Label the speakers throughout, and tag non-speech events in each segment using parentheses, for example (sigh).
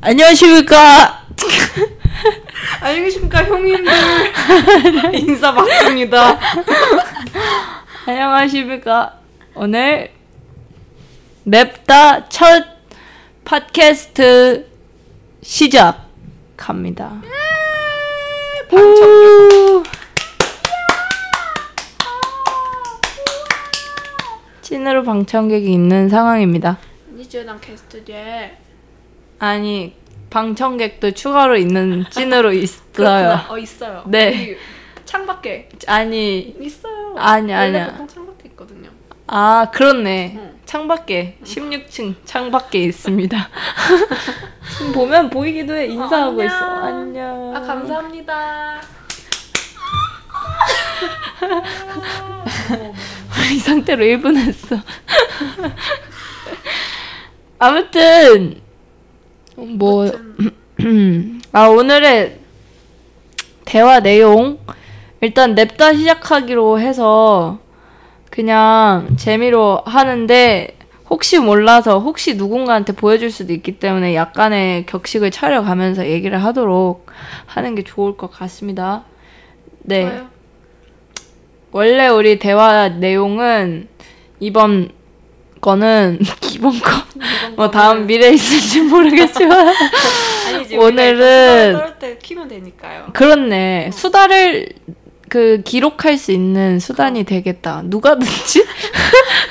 Speaker 1: 안녕하십니까.
Speaker 2: 안녕히 계십니까
Speaker 1: (laughs)
Speaker 2: 형님들 인사 받습니다
Speaker 1: 안녕하십니까. 오늘 맵다 첫 팟캐스트 시작합니다.
Speaker 2: 예,
Speaker 1: 우! 찐으로 방청객이 있는 상황입니다.
Speaker 2: 아니죠 난 게스트제
Speaker 1: 아니 방청객도 추가로 있는 (laughs) 찐으로 있어요.
Speaker 2: 어 있어요
Speaker 1: 네.
Speaker 2: 여기 창밖에
Speaker 1: 아니
Speaker 2: 있어요
Speaker 1: 아니,
Speaker 2: 원래
Speaker 1: 아니야.
Speaker 2: 보통 창밖에 있거든요
Speaker 1: 아 그렇네.
Speaker 2: 응.
Speaker 1: 창밖에 16층 창밖에 있습니다. (laughs) 지금 보면 보이기도 해 인사하고
Speaker 2: 어, 안녕.
Speaker 1: 있어. 안녕.
Speaker 2: 아 감사합니다
Speaker 1: (laughs) 네. 이 상태로 1분 했어. (laughs) 아무튼 뭐
Speaker 2: 음.
Speaker 1: 아 오늘의 대화 내용 일단 냅다 시작하기로 해서 그냥 재미로 하는데 혹시 몰라서 혹시 누군가한테 보여줄 수도 있기 때문에 약간의 격식을 차려가면서 얘기를 하도록 하는 게 좋을 것 같습니다. 네.
Speaker 2: 좋아요.
Speaker 1: 원래 우리 대화 내용은 이번 거는 (laughs) 이번 거.
Speaker 2: 이번
Speaker 1: 뭐
Speaker 2: 거는-
Speaker 1: 다음 미래에 있을지
Speaker 2: (laughs)
Speaker 1: 모르겠지만
Speaker 2: 아니지
Speaker 1: 오늘은-
Speaker 2: 떨때 키면 되니까요
Speaker 1: 그렇네. 수다를 그 기록할 수 있는
Speaker 2: 어.
Speaker 1: 수단이 되겠다. 누가 듣지?
Speaker 2: (laughs)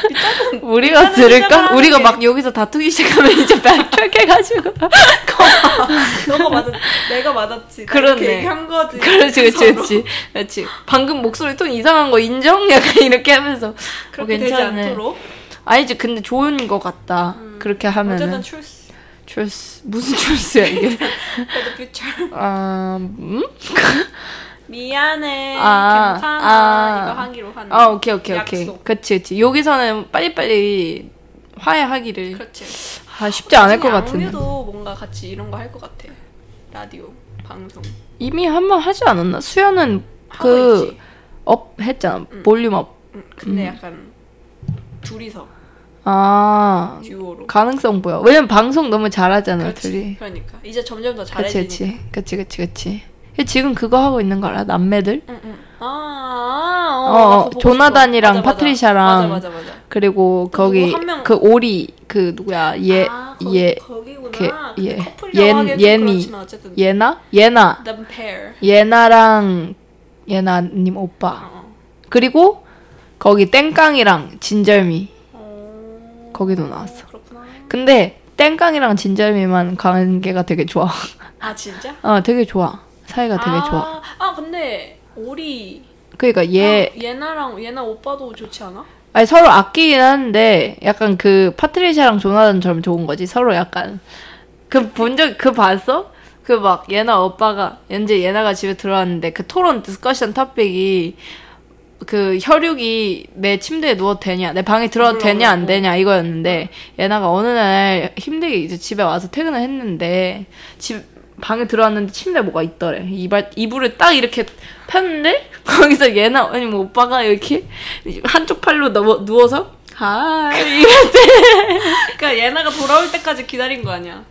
Speaker 1: 우리가
Speaker 2: 일단은
Speaker 1: 들을까?
Speaker 2: 시작을
Speaker 1: 우리가
Speaker 2: 하는
Speaker 1: 막 여기서 다투기 시작하면 이제
Speaker 2: (laughs)
Speaker 1: 빡빡해가지고
Speaker 2: (laughs) 너가 맞았 내가 맞았지
Speaker 1: 그러네.
Speaker 2: 이렇게 얘기한 거지
Speaker 1: 그렇지, 그렇지, 그렇지, 그렇지. 방금 목소리 톤 이상한 거 인정? 약간 이렇게 하면서
Speaker 2: 그렇게
Speaker 1: 어,
Speaker 2: 되지
Speaker 1: 괜찮네.
Speaker 2: 않도록
Speaker 1: 아니지, 근데 좋은 거 같다.
Speaker 2: 음.
Speaker 1: 그렇게 하면은
Speaker 2: 어쨌든 출스
Speaker 1: 출스 무슨 출스야
Speaker 2: (laughs)
Speaker 1: 이게?
Speaker 2: for the future
Speaker 1: 아, 음?
Speaker 2: (laughs) 미안해
Speaker 1: 아,
Speaker 2: 괜찮아
Speaker 1: 아.
Speaker 2: 이거 하기로 하는
Speaker 1: 아 오케이 오케이 오케이
Speaker 2: 약속.
Speaker 1: 그치 그치 여기서는 빨리빨리 화해하기를
Speaker 2: 그렇지
Speaker 1: 아 쉽지 않을 것 같은데
Speaker 2: 나중에 악뮤도 뭔가 같이 이런 거 할 것 같아. 라디오 방송.
Speaker 1: 이미 한 번 하지 않았나 수연은
Speaker 2: 하고 있지.
Speaker 1: 그 음. 업 했잖아
Speaker 2: 응.
Speaker 1: 볼륨
Speaker 2: 응, 근데 약간 둘이서
Speaker 1: 업아
Speaker 2: 듀오로.
Speaker 1: 가능성 보여 왜냐면 방송 너무 잘하잖아
Speaker 2: 그렇지.
Speaker 1: 음. 둘이
Speaker 2: 그러니까 이제 점점 더
Speaker 1: 그치
Speaker 2: 잘해지니까.
Speaker 1: 그치 그치 그치 그치 얘 지금 그거 하고 있는 거 알아 남매들
Speaker 2: 응, 응. 아, 아, 어,
Speaker 1: 어,
Speaker 2: 나 그거 보고
Speaker 1: 조나단이랑
Speaker 2: 싶어. 맞아, 맞아.
Speaker 1: 파트리샤랑
Speaker 2: 맞아, 맞아, 맞아.
Speaker 1: 그리고
Speaker 2: 그 누구
Speaker 1: 거기
Speaker 2: 한 명-
Speaker 1: 그 오리 그 누구야 얘
Speaker 2: 아, 거기,
Speaker 1: 얘,
Speaker 2: 거기구나.
Speaker 1: 걔, 얘.
Speaker 2: 커플이라고
Speaker 1: 예, 그, 옌-
Speaker 2: 하기엔
Speaker 1: 옌이.
Speaker 2: 좀 그렇지만 어쨌든.
Speaker 1: 예나 예나
Speaker 2: The pair.
Speaker 1: 예나랑 예나님 오빠
Speaker 2: 어.
Speaker 1: 그리고 거기 땡깡이랑 진절미
Speaker 2: 어.
Speaker 1: 거기도 나왔어.
Speaker 2: 그렇구나.
Speaker 1: 근데 땡깡이랑 진절미만 관계가 되게 좋아
Speaker 2: 아, 진짜?
Speaker 1: 어 되게 좋아 사이가 되게 좋아
Speaker 2: 아, 아, 근데 오리.
Speaker 1: 그러니까 얘
Speaker 2: 아, 예나랑 예나 오빠도 좋지 않아?
Speaker 1: 아니 서로 아끼긴 하는데 약간 그 파트리샤랑 조나단처럼 좋은 거지 서로 약간 그 본적 그 봤어? 그 막 예나 오빠가 이제 예나가 집에 들어왔는데 그 토론 디스커션 탑픽이 그 혈육이 내 침대에 누워도 되냐 내 방에 들어도
Speaker 2: 몰라,
Speaker 1: 되냐 안
Speaker 2: 몰라.
Speaker 1: 되냐 이거였는데 예나가 어느 날 힘들게 이제 집에 와서 퇴근을 했는데 집 방에 들어왔는데 침대에 뭐가 있더래 이발 이불을 딱 이렇게 폈는데 (laughs) 거기서 예나 아니 뭐 오빠가 이렇게 한쪽 팔로 넘어, 누워서
Speaker 2: (laughs)
Speaker 1: 하이
Speaker 2: 그러니까 예나가 돌아올 때까지 기다린 거 아니야?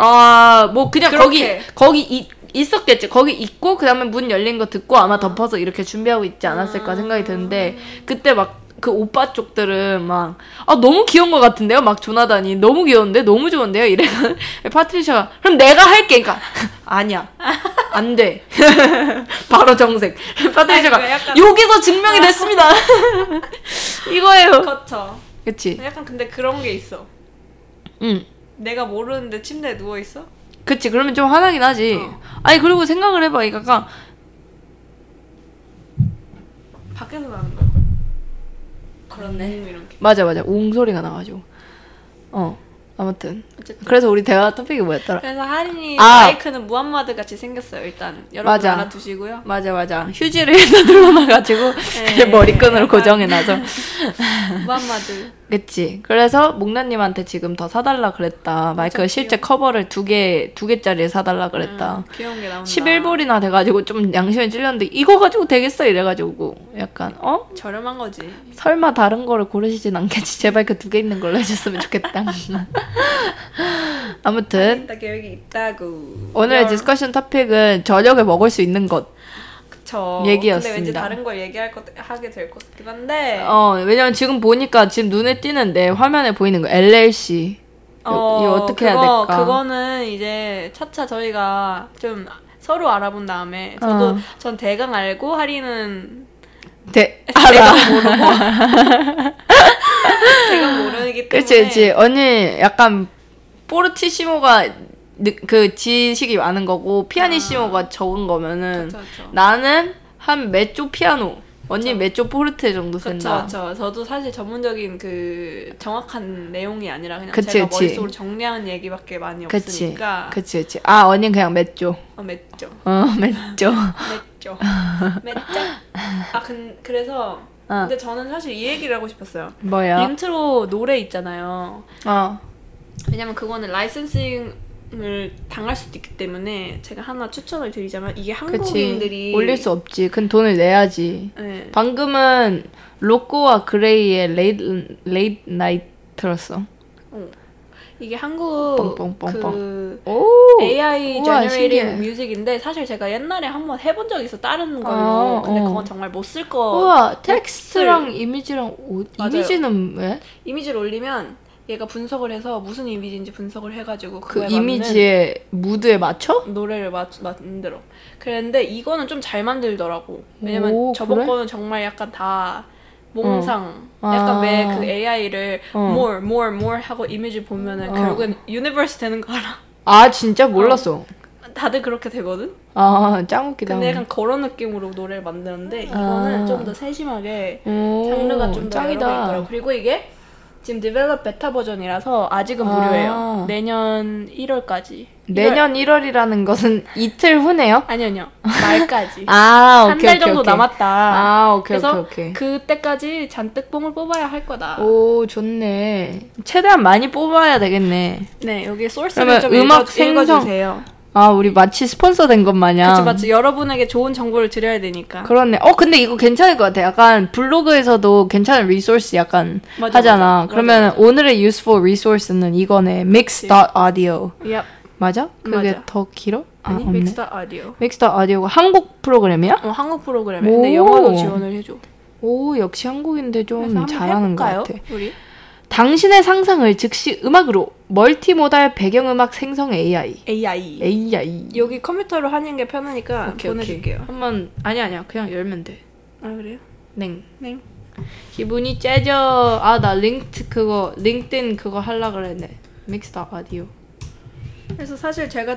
Speaker 1: 아, 뭐 그냥
Speaker 2: 그렇게.
Speaker 1: 거기 거기 이, 있었겠지. 거기 있고 그다음에 문 열린 거 듣고 아마 덮어서 이렇게 준비하고 있지
Speaker 2: 아.
Speaker 1: 않았을까 생각이 드는데 그때 막 그 오빠 쪽들은 막, 아, 너무 귀여운 것 같은데요? 막 조나단이. 너무 귀여운데? 너무 좋은데요? 이래. (laughs) 파트리샤가, 그럼 내가 할게. 그러니까, (laughs) 아니야. 안 돼. (laughs) 바로 정색. (laughs)
Speaker 2: 아이고,
Speaker 1: 파트리샤가,
Speaker 2: 약간- 아.
Speaker 1: 여기서 증명이 됐습니다. (laughs) 이거예요.
Speaker 2: 그렇죠.
Speaker 1: 그치.
Speaker 2: 약간 근데 그런 게 있어.
Speaker 1: 응.
Speaker 2: 내가 모르는데 침대에 누워 있어?
Speaker 1: 그치 그러면 좀 화나긴 하지
Speaker 2: 어.
Speaker 1: 아니 그리고 생각을 해봐 이거 약간
Speaker 2: 밖에서 나는 거. 그렇네. 이런 게.
Speaker 1: 맞아 맞아 웅 소리가 나가지고 어 아무튼
Speaker 2: 어쨌든.
Speaker 1: 그래서 우리 대화 토픽이 뭐였더라
Speaker 2: 그래서 하린이
Speaker 1: 아.
Speaker 2: 마이크는 무함마드 같이 생겼어요. 일단 여러분
Speaker 1: 맞아.
Speaker 2: 알아두시고요. 네.
Speaker 1: 맞아 맞아 (laughs) 휴지를 일단 둘러놔가지고 그냥 머리끈으로
Speaker 2: 약간.
Speaker 1: 고정해놔서
Speaker 2: 무함마드.
Speaker 1: 그치. 그래서 목나님한테 지금 더 사달라 그랬다. 마이크
Speaker 2: 맞아,
Speaker 1: 실제 커버를 두 개, 두 개짜리를 사달라 (laughs) 그랬다.
Speaker 2: 음, 귀여운 게 나온다.
Speaker 1: 11볼이나 돼가지고 좀 양심이 찔렸는데 이거 가지고 되겠어? 이래가지고 약간 어?
Speaker 2: 저렴한 거지.
Speaker 1: 설마 다른 거를 고르시진 않겠지. 제발 그 두 개 있는 걸로 해줬으면
Speaker 2: (laughs)
Speaker 1: 좋겠다. 아무튼
Speaker 2: 있다 계획이 있다고.
Speaker 1: 네. 오늘의
Speaker 2: 야,
Speaker 1: 디스커션 토픽은 저녁에 먹을 수 있는 것.
Speaker 2: 그쵸.
Speaker 1: 얘기였습니다.
Speaker 2: 근데 왠지 다른 걸 얘기할 것 하게 될 것 같긴 한데.
Speaker 1: 어, 왜냐면 지금 보니까 지금 눈에 띄는데 화면에 보이는 거 LLC. 어, 이거 어떻게 해야
Speaker 2: 그거-
Speaker 1: 될까?
Speaker 2: 그거는 이제 차차 저희가 좀 서로 알아본 다음에 저도
Speaker 1: 어.
Speaker 2: 전 대강 알고 하리는 (laughs) 네.
Speaker 1: 대, 네. 알아. (laughs)
Speaker 2: 대강 모르기 때문에
Speaker 1: 그치, 그치. 언니 약간 포르티시모가 느- 그 지식이 많은 거고 피아니시모가 적은 거면은
Speaker 2: 그쵸, 그쵸.
Speaker 1: 나는 한 메조 피아노. 언니 메조 포르테 정도
Speaker 2: 그쵸,
Speaker 1: 된다.
Speaker 2: 그쵸. 저도 사실 전문적인 그 정확한 내용이 아니라 그냥
Speaker 1: 그치,
Speaker 2: 제가
Speaker 1: 그치.
Speaker 2: 머릿속으로 정리하는 얘기밖에 많이
Speaker 1: 그치.
Speaker 2: 없으니까
Speaker 1: 그치, 그치. 아, 언니 그냥 메조.
Speaker 2: 어, 맺죠,
Speaker 1: 어, (laughs) 메조. (laughs)
Speaker 2: 맺죠, 맺죠. 아, 근, 그래서
Speaker 1: 어,
Speaker 2: 근데 저는 사실 이 얘기를 하고 싶었어요.
Speaker 1: 뭐야?
Speaker 2: 인트로 노래 있잖아요.
Speaker 1: 어.
Speaker 2: 왜냐면 그거는 라이선싱을 당할 수도 있기 때문에 제가 하나 추천을 드리자면
Speaker 1: 그치.
Speaker 2: 이게 한국인들이
Speaker 1: 올릴 수 없지. 근 돈을 내야지.
Speaker 2: 네.
Speaker 1: 방금은 로꼬와 그레이의 레이트 레이트 나이트 들었어.
Speaker 2: 이게 한국
Speaker 1: 뻥뻥뻥뻥.
Speaker 2: 그
Speaker 1: 오.
Speaker 2: AI
Speaker 1: 우와, 신기해.
Speaker 2: generated music인데 사실 제가 옛날에 한번 해본 적이 있어 다른 걸로
Speaker 1: 아,
Speaker 2: 근데
Speaker 1: 어.
Speaker 2: 그건 정말 못 쓸 거
Speaker 1: 우와 텍스트랑 이미지랑 오,
Speaker 2: 맞아요.
Speaker 1: 이미지는 왜?
Speaker 2: 이미지를 올리면 얘가 분석을 해서 무슨 이미지인지 분석을 해가지고
Speaker 1: 그
Speaker 2: 그거에 맞는
Speaker 1: 이미지의 무드에 맞춰?
Speaker 2: 노래를 맞, 만들어 그랬는데 이거는 좀 잘 만들더라고 왜냐면
Speaker 1: 오,
Speaker 2: 저번
Speaker 1: 그래?
Speaker 2: 거는 정말 약간 다 몽상
Speaker 1: 아.
Speaker 2: 약간 왜 그 AI를
Speaker 1: 어.
Speaker 2: more more more 하고 이미지 보면은
Speaker 1: 어.
Speaker 2: 결국엔 유니버스 되는 거 알아
Speaker 1: 아 진짜 몰랐어.
Speaker 2: (laughs) 다들 그렇게 되거든
Speaker 1: 아짱 웃기다.
Speaker 2: 근데 약간 그런 느낌으로 노래를 만드는데 이거는
Speaker 1: 어. 아.
Speaker 2: 좀 더 세심하게
Speaker 1: 오,
Speaker 2: 장르가 좀 더 여러 개 있더라고
Speaker 1: 짱이다.
Speaker 2: 그리고 이게 지금 디벨롭 베타 버전이라서 아직은
Speaker 1: 아.
Speaker 2: 무료예요 내년 1월까지
Speaker 1: 내년 1월이라는 것은 (laughs) 이틀 후네요.
Speaker 2: 아니요 아니요 말까지
Speaker 1: 아
Speaker 2: 한
Speaker 1: 오케이
Speaker 2: 달
Speaker 1: 오케이,
Speaker 2: 정도
Speaker 1: 오케이.
Speaker 2: 남았다
Speaker 1: 아 오케이
Speaker 2: 그래서 그
Speaker 1: 오케이 오케이.
Speaker 2: 그때까지 잔뜩 뽕을 뽑아야 할 거다
Speaker 1: 오 좋네. 최대한 많이 뽑아야 되겠네.
Speaker 2: 네 여기
Speaker 1: 그러면
Speaker 2: 소스를 좀
Speaker 1: 음악
Speaker 2: 읽어,
Speaker 1: 생성-
Speaker 2: 읽어주세요
Speaker 1: 아 우리 마치 스폰서 된 것 마냥.
Speaker 2: 그치 맞지 여러분에게 좋은 정보를 드려야 되니까
Speaker 1: 그렇네. 어, 근데 이거 괜찮을 것 같아. 약간 블로그에서도 괜찮은 리소스 약간
Speaker 2: 맞아,
Speaker 1: 하잖아.
Speaker 2: 맞아,
Speaker 1: 그러면
Speaker 2: 맞아,
Speaker 1: 오늘의 useful resource는 이거네. mix.audio.
Speaker 2: 얍
Speaker 1: 맞아? 그게
Speaker 2: 맞아.
Speaker 1: 더 길어? 아,
Speaker 2: 아니
Speaker 1: 없네.
Speaker 2: 믹스터 오디오
Speaker 1: mix.audio가 한국 프로그램이야?
Speaker 2: 어, 한국 프로그램에 근데
Speaker 1: 오.
Speaker 2: 영어도 지원을 해줘
Speaker 1: 오, 역시 한국인데
Speaker 2: 그래서
Speaker 1: 좀
Speaker 2: 한번
Speaker 1: 잘하는 것
Speaker 2: 해볼까요?
Speaker 1: 같아.
Speaker 2: 우리
Speaker 1: 당신의 상상을 즉시 음악으로 멀티모달 배경음악 생성 AI.
Speaker 2: AI
Speaker 1: AI.
Speaker 2: 여기 컴퓨터로 하는 게 편하니까
Speaker 1: 오케이,
Speaker 2: 보내줄게요
Speaker 1: 오케이. 한번 아니 아니야. 그냥 열면 돼.
Speaker 2: 아 그래요?
Speaker 1: 냉.
Speaker 2: 네
Speaker 1: 기분이 째져. 아, 나 링트 그거 링크인 그거 하려 그랬네. 믹스다 아디오.
Speaker 2: 그래서 사실 제가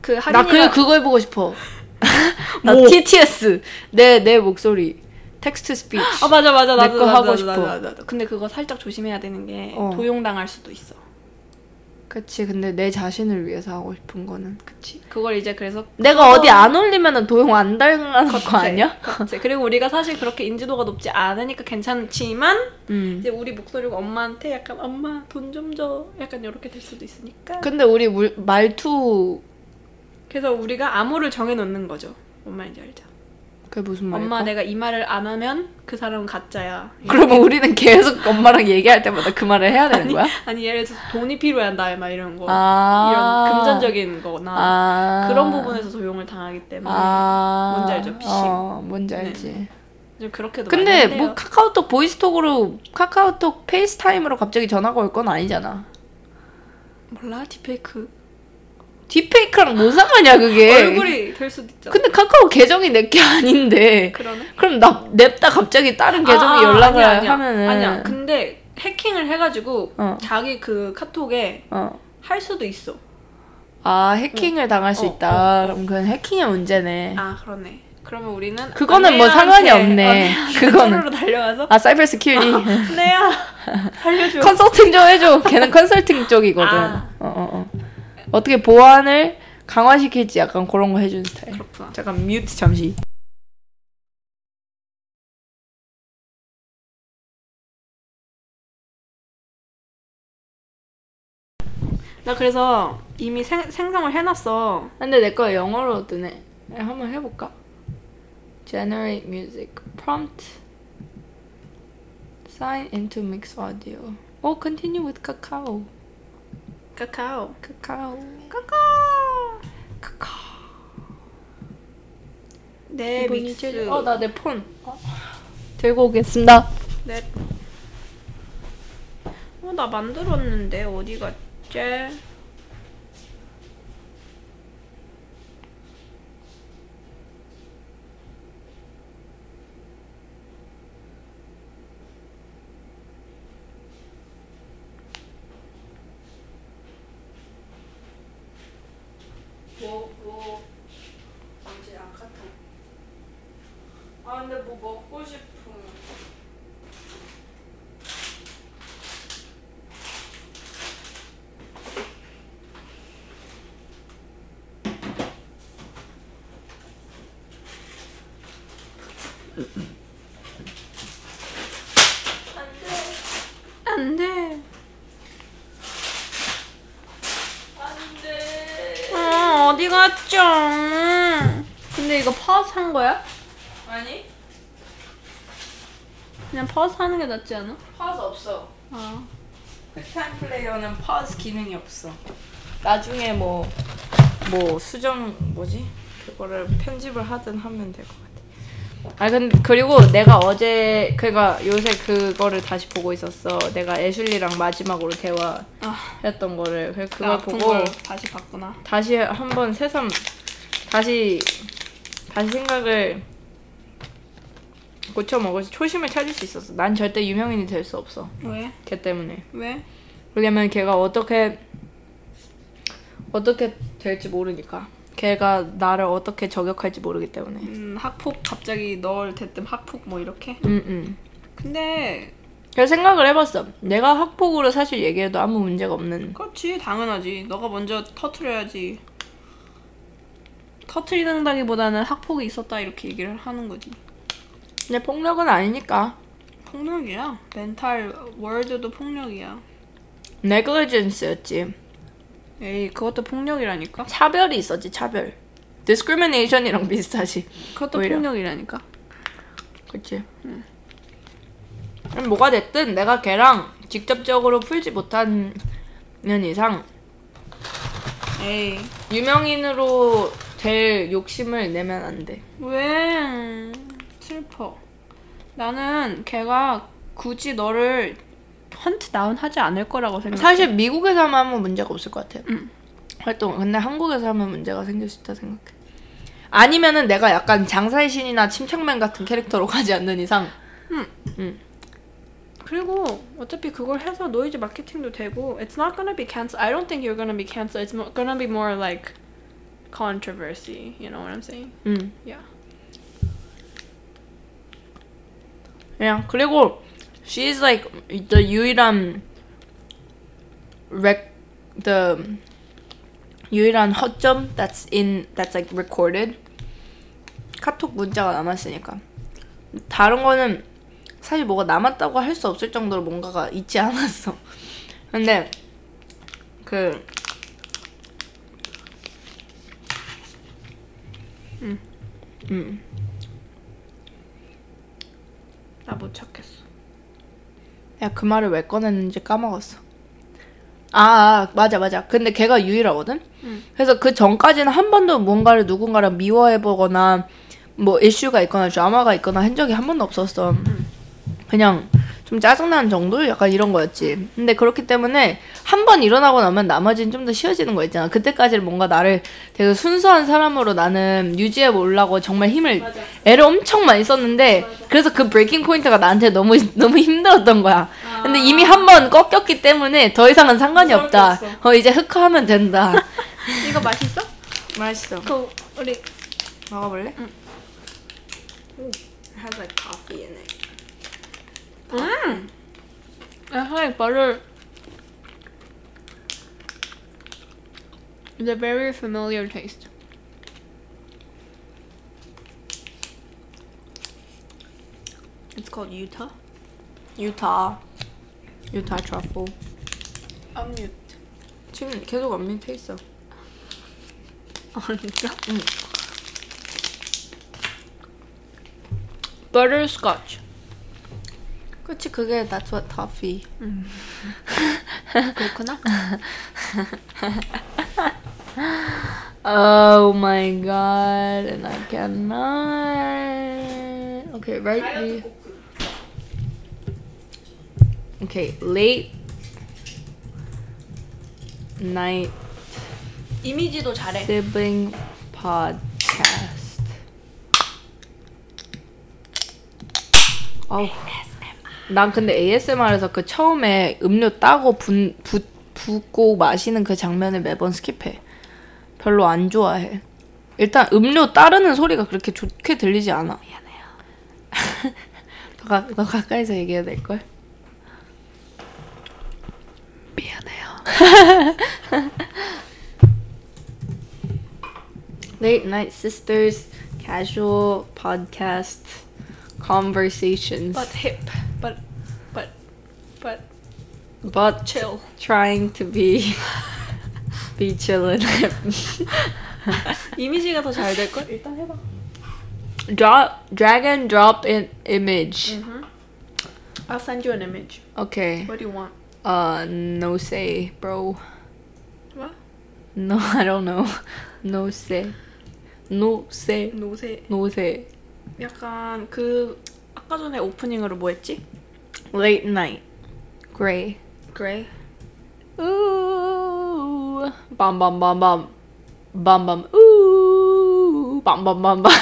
Speaker 2: 그
Speaker 1: 나 그,
Speaker 2: 할인이랑
Speaker 1: 그거 해보고 (laughs) 싶어. 나 TTS. 내, 내 목소리. 텍스트 스피치.
Speaker 2: 아 맞아 맞아
Speaker 1: 그 내
Speaker 2: 나도
Speaker 1: 거
Speaker 2: 나도,
Speaker 1: 하고
Speaker 2: 나도,
Speaker 1: 싶어.
Speaker 2: 나도, 나도, 나도. 근데 그거 살짝 조심해야 되는 게
Speaker 1: 어.
Speaker 2: 도용당할 수도 있어
Speaker 1: 그치. 근데 내 자신을 위해서 하고 싶은 거는. 그치.
Speaker 2: 그걸 이제 그래서
Speaker 1: 내가 어디 안 올리면 도용 안 당하는 (laughs) 거 아니야?
Speaker 2: 그치. 그리고 우리가 사실 그렇게 인지도가 높지 않으니까 괜찮지만
Speaker 1: 음.
Speaker 2: 이제 우리 목소리가 엄마한테 약간 엄마 돈 좀줘 약간 이렇게 될 수도 있으니까
Speaker 1: 근데 우리 물, 말투.
Speaker 2: 그래서 우리가 암호를 정해놓는 거죠 뭔 말인지 알죠?
Speaker 1: 그게 무슨 말이야?
Speaker 2: 엄마 내가 이 말을 안 하면 그 사람은 가짜야
Speaker 1: 그러면 우리는 계속 엄마랑 얘기할 때마다 그 말을 해야 되는 거야?
Speaker 2: 아니 예를 들어서 돈이 필요한다 막 이런 거
Speaker 1: 아.
Speaker 2: 이런 금전적인 거나
Speaker 1: 아.
Speaker 2: 그런 부분에서 도용을 당하기 때문에
Speaker 1: 아.
Speaker 2: 뭔지 알죠? 피싱.
Speaker 1: 어, 뭔지 알지.
Speaker 2: 좀 그렇게도
Speaker 1: 근데
Speaker 2: 많이
Speaker 1: 뭐
Speaker 2: 한대요.
Speaker 1: 카카오톡 보이스톡으로 카카오톡 페이스타임으로 갑자기 전화가 올 건 아니잖아.
Speaker 2: 몰라 딥페이크
Speaker 1: 딥페이크랑 뭔 상관이야 그게.
Speaker 2: (laughs) 얼굴이 될 수도 있잖아
Speaker 1: 근데 카카오 계정이 내 게 아닌데.
Speaker 2: 그러네
Speaker 1: 그럼 나 냅다 갑자기 다른 계정에 연락을
Speaker 2: 아, 아니야, 아니야.
Speaker 1: 하면은.
Speaker 2: 아니야 근데 해킹을 해가지고
Speaker 1: 어.
Speaker 2: 자기 그 카톡에
Speaker 1: 어.
Speaker 2: 할 수도 있어
Speaker 1: 아 해킹을 당할 수
Speaker 2: 어,
Speaker 1: 있다. 그럼 그건 해킹의 문제네.
Speaker 2: 아 그러네 그러면 우리는
Speaker 1: 그거는 뭐
Speaker 2: 언니한테-
Speaker 1: 상관이 없네.
Speaker 2: 언니한테
Speaker 1: (laughs) 그거는.
Speaker 2: 서로로 달려와서
Speaker 1: 아 사이버 시큐리티 (laughs)
Speaker 2: 내야 살려줘
Speaker 1: 컨설팅 좀 해줘. 걔는 컨설팅 쪽이거든.
Speaker 2: 아.
Speaker 1: 어, 어, 어. 어떻게 보안을 강화시킬지 약간 그런 거 해준 스타일.
Speaker 2: 그렇구나
Speaker 1: 잠깐 뮤트 잠시.
Speaker 2: 나 그래서 이미 생, 생성을 해놨어.
Speaker 1: 근데 내 거 영어로 뜨네. 야, 한번 해볼까? Generate music prompt. Sign into mix audio. Oh, continue with cacao.
Speaker 2: 카카오.
Speaker 1: Cacao.
Speaker 2: 카카오.
Speaker 1: Cacao.
Speaker 2: 내 네, 믹스.
Speaker 1: 어, 나 내 폰. 어? 들고 오겠습니다.
Speaker 2: 네. 어, 나 만들었는데 어디 갔지?
Speaker 1: 뭐, 뭐, 뭐지, 아카토. 아, 근데 뭐 먹고 싶은.
Speaker 2: 안 돼.
Speaker 1: 안 돼.
Speaker 2: 어, 어디 갔죠? 근데 이거 퍼서 한 거야?
Speaker 1: 아니,
Speaker 2: 그냥 퍼서 하는 게 낫지 않아?
Speaker 1: 파즈 없어.
Speaker 2: 아.
Speaker 1: 팩타임 플레이어는 파스 기능이 없어. 나중에 뭐 뭐 수정 뭐지 그거를 편집을 하든 하면 될 것 같아. 아 근데 그리고 내가 어제 그니까 요새 그거를 다시 보고 있었어. 내가 애슐리랑 마지막으로 대화했던
Speaker 2: 아,
Speaker 1: 거를 그래서 그걸
Speaker 2: 나 아픈
Speaker 1: 보고
Speaker 2: 걸 다시 봤구나.
Speaker 1: 다시 한번 새삼 다시 다시 생각을 고쳐 먹어서 초심을 찾을 수 있었어. 난 절대 유명인이 될 수 없어.
Speaker 2: 왜?
Speaker 1: 걔 때문에.
Speaker 2: 왜?
Speaker 1: 왜냐면 걔가 어떻게 어떻게 될지 모르니까 걔가 나를 어떻게 저격할지 모르기 때문에
Speaker 2: 음, 학폭 갑자기 널 대뜸 학폭 뭐 이렇게?
Speaker 1: 응응 음,
Speaker 2: 근데
Speaker 1: 그래서 생각을 해봤어 내가 학폭으로 사실 얘기해도 아무 문제가 없는
Speaker 2: 그렇지 당연하지. 너가 먼저 터트려야지. 터트리는다기보다는 학폭이 있었다 이렇게 얘기를 하는 거지.
Speaker 1: 근데 폭력은 아니니까
Speaker 2: 폭력이야. 멘탈 월드도 폭력이야.
Speaker 1: negligence였지
Speaker 2: 에이 그것도 폭력이라니까.
Speaker 1: 차별이 있었지 차별 discrimination이랑 (laughs) 비슷하지
Speaker 2: 그것도
Speaker 1: 오히려.
Speaker 2: 폭력이라니까.
Speaker 1: 그치 그럼 뭐가 됐든 내가 걔랑 직접적으로 풀지 못하는 이상
Speaker 2: 에이
Speaker 1: 유명인으로 될 욕심을 내면 안 돼.
Speaker 2: 왜 슬퍼. 나는 걔가 굳이 너를 헌트 다운 하지 않을 거라고 생각해. 음.
Speaker 1: 사실 미국에서 하면 문제가 없을 것 같아.
Speaker 2: 응.
Speaker 1: 활동. 근데 한국에서 하면 문제가 생길 수 있다 생각해. 아니면은 내가 약간 장사의 신이나 침착맨 같은 캐릭터로 (laughs) 가지 않는 이상
Speaker 2: 그리고 어차피 그걸 해서 노이즈 마케팅도 되고 it's not gonna be cancel. I don't think you're gonna be cancel. It's mo- gonna be more like controversy. You know what I'm saying?
Speaker 1: 음.
Speaker 2: Yeah.
Speaker 1: 그냥 그리고 she's like the 유일한 rec the 유일한 허점 that's in that's like recorded 카톡 문자가 남았으니까 다른 거는 사실 뭐가 남았다고 할 수 없을 정도로 뭔가가 있지 않았어. (laughs) 근데 그 음.
Speaker 2: 나 못 찾겠어.
Speaker 1: 내가 그 말을 왜 꺼냈는지 까먹었어. 아, 아 맞아 맞아. 근데 걔가 유일하거든.
Speaker 2: 응.
Speaker 1: 그래서 그 전까지는 한 번도 뭔가를 누군가랑 미워해보거나 뭐 이슈가 있거나 드라마가 있거나 한 적이 한 번도 없었어. 그냥 좀 짜증나는 정도? 약간 이런 거였지. 근데 그렇기 때문에 한 번 일어나고 나면 나머지는 좀 더 쉬워지는 거 있잖아. 그때까지는 뭔가 나를 되게 순수한 사람으로 나는 유지해 보려고 정말 힘을 애를 엄청 많이 썼는데 그래서 그 브레이킹 포인트가 나한테 너무 너무 힘들었던 거야. 근데 이미 한 번 꺾였기 때문에 더 이상은 상관이
Speaker 2: 아. 무서울 게
Speaker 1: 없다. 어 이제 흑화하면 된다.
Speaker 2: 이거 맛있어?
Speaker 1: 맛있어.
Speaker 2: 그거 우리
Speaker 1: 먹어볼래?
Speaker 2: 응.
Speaker 1: Mm. It has like coffee in it.
Speaker 2: 음. 아, I like butter. It's a very familiar taste. It's called Utah.
Speaker 1: Utah. Utah truffle.
Speaker 2: Unmute.
Speaker 1: 지금 계속 안 밑에 있어.
Speaker 2: 아 진짜?
Speaker 1: Butterscotch. 그치 그게 that's what toffee. 아, 그렇구나. oh my god, and I cannot. Okay, right. here. Okay, late night
Speaker 2: 이미지도 잘해.
Speaker 1: sibling podcast. 어우, 난 근데 ASMR에서 그 처음에 음료 따고 분, 부, 붓고 마시는 그 장면을 매번 스킵해. 별로 안 좋아해. 일단 음료 따르는 소리가 그렇게 좋게 들리지 않아. 미안해요. (laughs) 더, 가, 더 가까이서 얘기해야 될걸? 미안해요. (laughs) Late Night Sisters Casual Podcast Conversations.
Speaker 2: But hip. But but but
Speaker 1: but
Speaker 2: chill.
Speaker 1: trying to be be chillin.
Speaker 2: 이미지가 더 잘 될 걸? 일단 해봐.
Speaker 1: (laughs) drop drag and drop in image.
Speaker 2: I'll send you an image.
Speaker 1: Okay.
Speaker 2: What do you want?
Speaker 1: Uh no say, bro.
Speaker 2: What?
Speaker 1: No, (laughs) I don't know. No say. No say.
Speaker 2: 노세.
Speaker 1: No say.
Speaker 2: 약간 그 아까 전에 오프닝으로 뭐 했지?
Speaker 1: Late night. Gray.
Speaker 2: Gray.
Speaker 1: Ooh. Bum bum bum bum. Bum bum. Ooh. Bum bum bum (laughs) bum.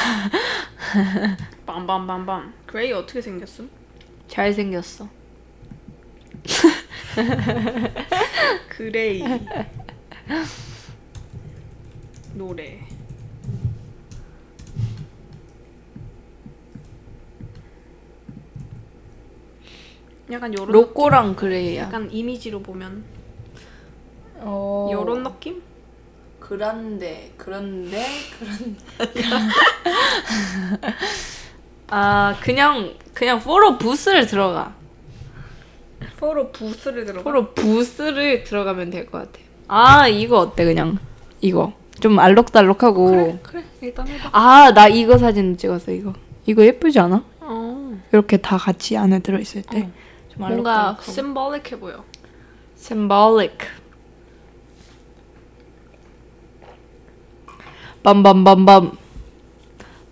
Speaker 2: 밤밤밤밤. Gray 어떻게 생겼음?
Speaker 1: 잘생겼어. (laughs)
Speaker 2: 그레이. 노래. 약간 요런
Speaker 1: 로꼬랑 그레이야.
Speaker 2: 약간 이미지로 보면
Speaker 1: 어.
Speaker 2: 요런 느낌?
Speaker 1: 그런데 그런데 그런 (laughs) 아 그냥 그냥 포로 부스를 들어가
Speaker 2: 포로 부스를 들어가.
Speaker 1: 포로 부스를 들어가면 될 것 같아 아 이거 어때 그냥 이거 좀 알록달록하고
Speaker 2: 그래 그래 일단 해봐.
Speaker 1: 아 나 이거 사진 찍었어 이거 이거 예쁘지 않아?
Speaker 2: 어.
Speaker 1: 이렇게 다 같이 안에 들어있을 때
Speaker 2: 어.
Speaker 1: 좀
Speaker 2: 뭔가
Speaker 1: 알록달록하고.
Speaker 2: 심볼릭해 보여.
Speaker 1: symbolic. 밤밤밤밤.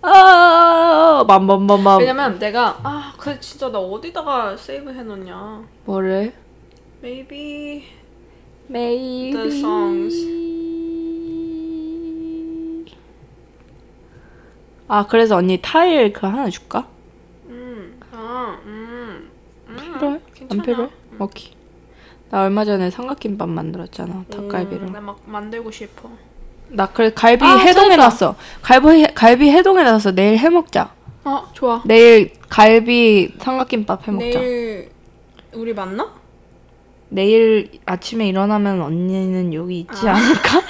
Speaker 1: 아, 음. 밤밤밤밤.
Speaker 2: 왜냐면 내가 아 그래 진짜 나 어디다가 세이브 해놓냐.
Speaker 1: 뭐를?
Speaker 2: Maybe
Speaker 1: Maybe.
Speaker 2: The songs.
Speaker 1: 아, 그래서 언니 타일 그거 하나 줄까?
Speaker 2: 음. 아 음. 음.
Speaker 1: 필요해? 안
Speaker 2: 괜찮아.
Speaker 1: 필요해? 오케이. 나 얼마 전에 삼각김밥 만들었잖아, 닭갈비로.
Speaker 2: 음, 나막 만들고 싶어.
Speaker 1: 나 그래 갈비
Speaker 2: 아,
Speaker 1: 해동해놨어. 갈비 해- 갈비 해동해놔서 내일 해 먹자.
Speaker 2: 어 좋아.
Speaker 1: 내일 갈비 삼각김밥 해 먹자. 내일...
Speaker 2: 내일 우리 만나?
Speaker 1: 아침에 일어나면 언니는 여기 있지
Speaker 2: 아.
Speaker 1: 않을까?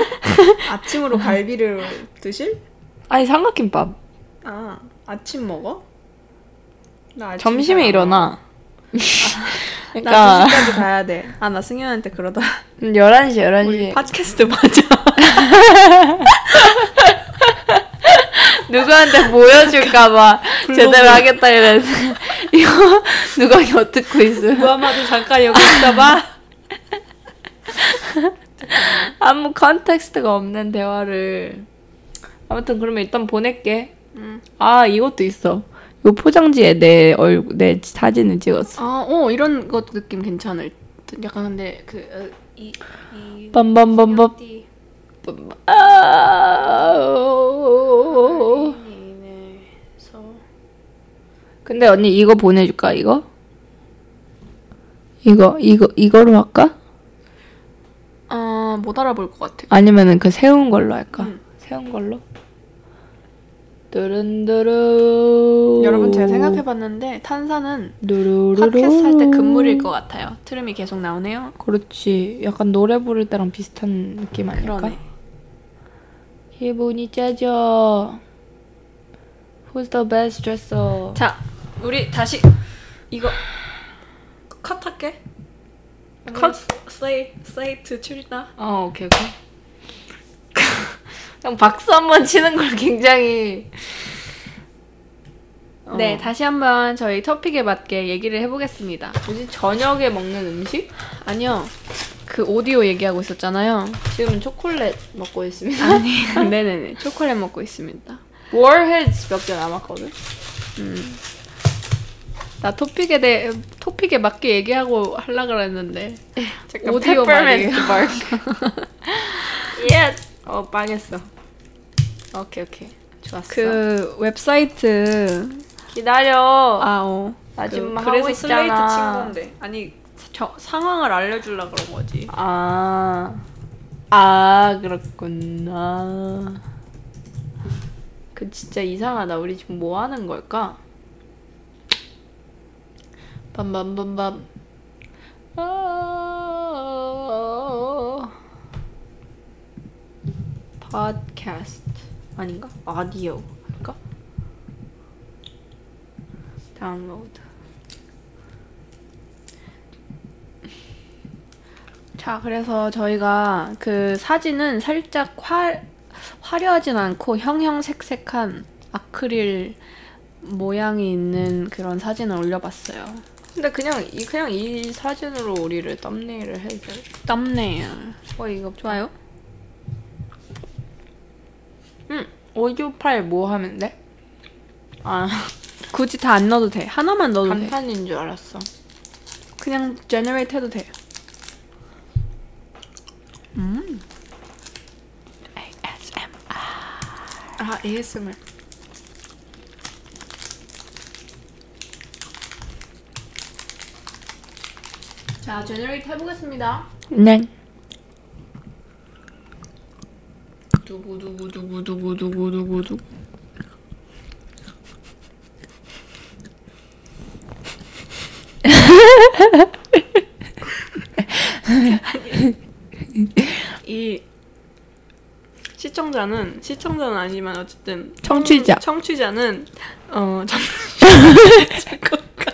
Speaker 2: 아침으로 갈비를 드실?
Speaker 1: 아니 삼각김밥.
Speaker 2: 아 아침 먹어? 나 아침
Speaker 1: 점심에
Speaker 2: 잘 안
Speaker 1: 일어나.
Speaker 2: 먹어.
Speaker 1: (laughs) 그러니까
Speaker 2: 나 2시까지 가야 돼. 아 나 승현한테 그러다
Speaker 1: 음, 11시 11시.
Speaker 2: (laughs) 우리 팟캐스트 (laughs) 맞아.
Speaker 1: 누구한테 (laughs) 보여줄까봐
Speaker 2: 블로그.
Speaker 1: 제대로 하겠다 이랬는데 (laughs) 이거 누가 이거 듣고 있어
Speaker 2: 무함마도 뭐 잠깐 여기 있다봐.
Speaker 1: (laughs) 아무 컨텍스트가 없는 대화를 아무튼 그러면 일단 보낼게
Speaker 2: 음.
Speaker 1: 아 이것도 있어 이거 포장지에 내 얼굴 내 사진을 찍었어
Speaker 2: 아어 이런 것 느낌 괜찮을. 듯. 약간 근데 그이이
Speaker 1: 어. 빰빰빰빰 아
Speaker 2: 서
Speaker 1: 근데 언니 이거 보내줄까 이거 이거 이거 이거로 할까
Speaker 2: 아못 알아볼 것 같아.
Speaker 1: 아니면은 그 세운 걸로 할까?
Speaker 2: 음.
Speaker 1: 세운 걸로? 뚜른뚜루
Speaker 2: 여러분 제가 생각해봤는데 탄산은
Speaker 1: 누루루루
Speaker 2: 팟캐스트 할 때 금물일 것 같아요. 트름이 계속 나오네요.
Speaker 1: 그렇지 약간 노래 부를 때랑 비슷한 느낌 아닐까?
Speaker 2: 그러네.
Speaker 1: 기분이 짜져 Who's the best dresser?
Speaker 2: 자, 우리 다시 이거 컷할게.
Speaker 3: I'm
Speaker 1: 컷.
Speaker 3: gonna s- slay slay to Chirita.
Speaker 2: 아,
Speaker 1: 어, 오케이,
Speaker 2: (laughs)
Speaker 1: 오케이. 그냥 박수 한 번 치는 걸 굉장히. 어.
Speaker 2: 네, 다시 한번 저희 토픽에 맞게 얘기를 해보겠습니다.
Speaker 1: 뭐지? 저녁에 먹는 음식?
Speaker 2: 아니요, 그 오디오 얘기하고
Speaker 1: (laughs)
Speaker 2: 있었잖아요.
Speaker 1: 지금 초콜릿 먹고 있습니다. (laughs)
Speaker 2: 아니, 네네네, 초콜릿 먹고 있습니다.
Speaker 1: Warheads 몇 개 남았거든?
Speaker 2: 나 토픽에 대해 토픽에 맞게 얘기하고 하려 그랬는데
Speaker 1: 예, 잠깐,
Speaker 2: 오디오
Speaker 1: peppermint
Speaker 2: 말이에요.
Speaker 1: (laughs) bark. 예! 어, 망했어. 오케이, 오케이. 좋았어.
Speaker 2: 그 웹사이트
Speaker 1: 기다려.
Speaker 2: 아오 어.
Speaker 1: 아줌마 하고
Speaker 3: 그래서 슬레이트 친
Speaker 1: 있잖아.
Speaker 3: 건데. 아니 저, 상황을 알려주려 그런 거지.
Speaker 1: 아, 아 그렇구나. 그 진짜 이상하다. 우리 지금 뭐 하는 걸까? 밤밤밤밤. 아, 팟캐스트 아닌가? 아디오 할까? 다운로드.
Speaker 2: 자 그래서 저희가 그 사진은 살짝 화, 화려하진 않고 형형색색한 아크릴 모양이 있는 그런 사진을 올려봤어요
Speaker 1: 근데 그냥 이 그냥 이 사진으로 우리를 썸네일을 해줘.
Speaker 2: 썸네일
Speaker 1: 어 이거
Speaker 2: 좋아요?
Speaker 1: 응. 568 뭐 하면 돼? 아
Speaker 2: 굳이 다 안 넣어도 돼 하나만
Speaker 1: 네.
Speaker 2: 넣어도 돼
Speaker 1: 감탄인 줄 알았어.
Speaker 2: 그냥 제너레이트 해도 돼요 음.
Speaker 1: 아 ASMR.
Speaker 2: 자 제너레이트 해보겠습니다
Speaker 1: 네.
Speaker 3: 두구두구두구두구두구두구. 이 시청자는 시청자는 아니지만 어쨌든
Speaker 1: 청취자.
Speaker 3: 청, 취자는어 청취자 것 같아.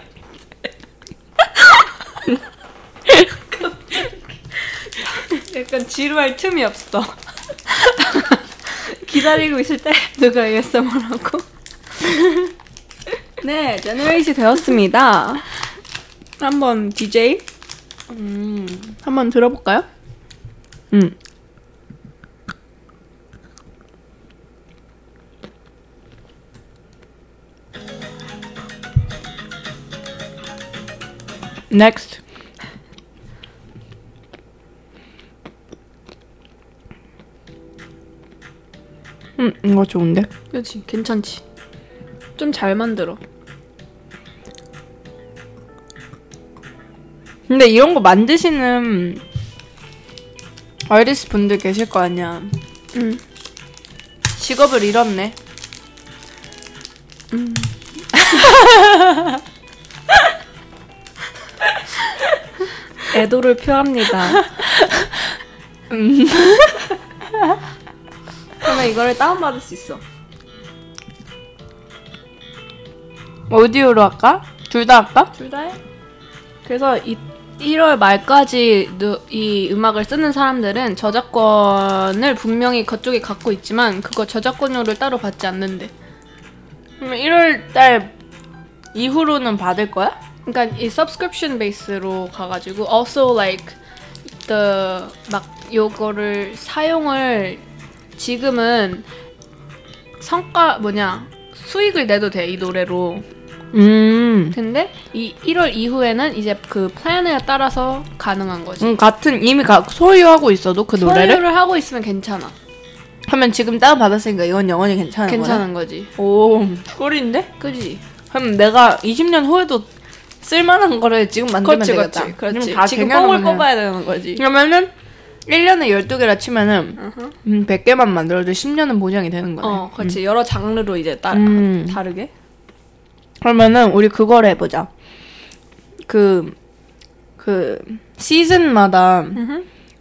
Speaker 3: 약간 지루할 틈이 없어. 기다리고 있을 때 누가 ASMR 하고
Speaker 2: 네 제너레이트 되었습니다
Speaker 3: 한번 DJ
Speaker 1: 음.
Speaker 2: 한번 들어볼까요? 음.
Speaker 1: Next. 음 이거 좋은데?
Speaker 2: 그렇지 괜찮지 좀 잘 만들어
Speaker 1: 근데 이런 거 만드시는 아이리스 분들 계실 거 아니야.
Speaker 2: 응.
Speaker 1: 직업을 잃었네.
Speaker 2: 애도를 표합니다 (laughs) 음.
Speaker 3: 그러면 이거를 다운받을 수 있어
Speaker 1: 오디오로 할까? 둘 다 할까?
Speaker 3: 둘 다 해?
Speaker 2: 그래서 이 1월 말까지 누- 이 음악을 쓰는 사람들은 저작권을 분명히 그쪽에 갖고 있지만 그거 저작권료를 따로 받지 않는데
Speaker 1: 그럼 1월 달 이후로는 받을 거야?
Speaker 2: 그러니까 이 subscription 베이스로 가가지고 also like the 막 요거를 사용을 지금은 성과 뭐냐 수익을 내도 돼 이 노래로
Speaker 1: 음.
Speaker 2: 근데 이 1월 이후에는 이제 그 플랜에 따라서 가능한 거지
Speaker 1: 음 같은 이미 가, 소유하고 있어도 그 노래를
Speaker 2: 소유를 하고 있으면 괜찮아
Speaker 1: 그러면 지금 다운 받았으니까 이건 영원히 괜찮은 거야.
Speaker 2: 괜찮은 거지
Speaker 1: 오 꿀인데?
Speaker 2: 그지
Speaker 1: 그럼 내가 20년 후에도 쓸만한 거를 지금 만들면
Speaker 2: 그렇지
Speaker 1: 되겠다.
Speaker 2: 그렇지 그렇지
Speaker 1: 그럼 다
Speaker 2: 지금
Speaker 1: 쟁여놓으면
Speaker 2: 뽕을 뽑아야 되는 거지
Speaker 1: 그러면은 1년에 12개라 치면은 음, 100개만 만들어도 10년은 보장이 되는 거네.
Speaker 2: 어 그렇지 여러 장르로 이제 따라
Speaker 1: 음.
Speaker 2: 다르게
Speaker 1: 그러면은 우리 그걸 해보자. 그, 그, 시즌마다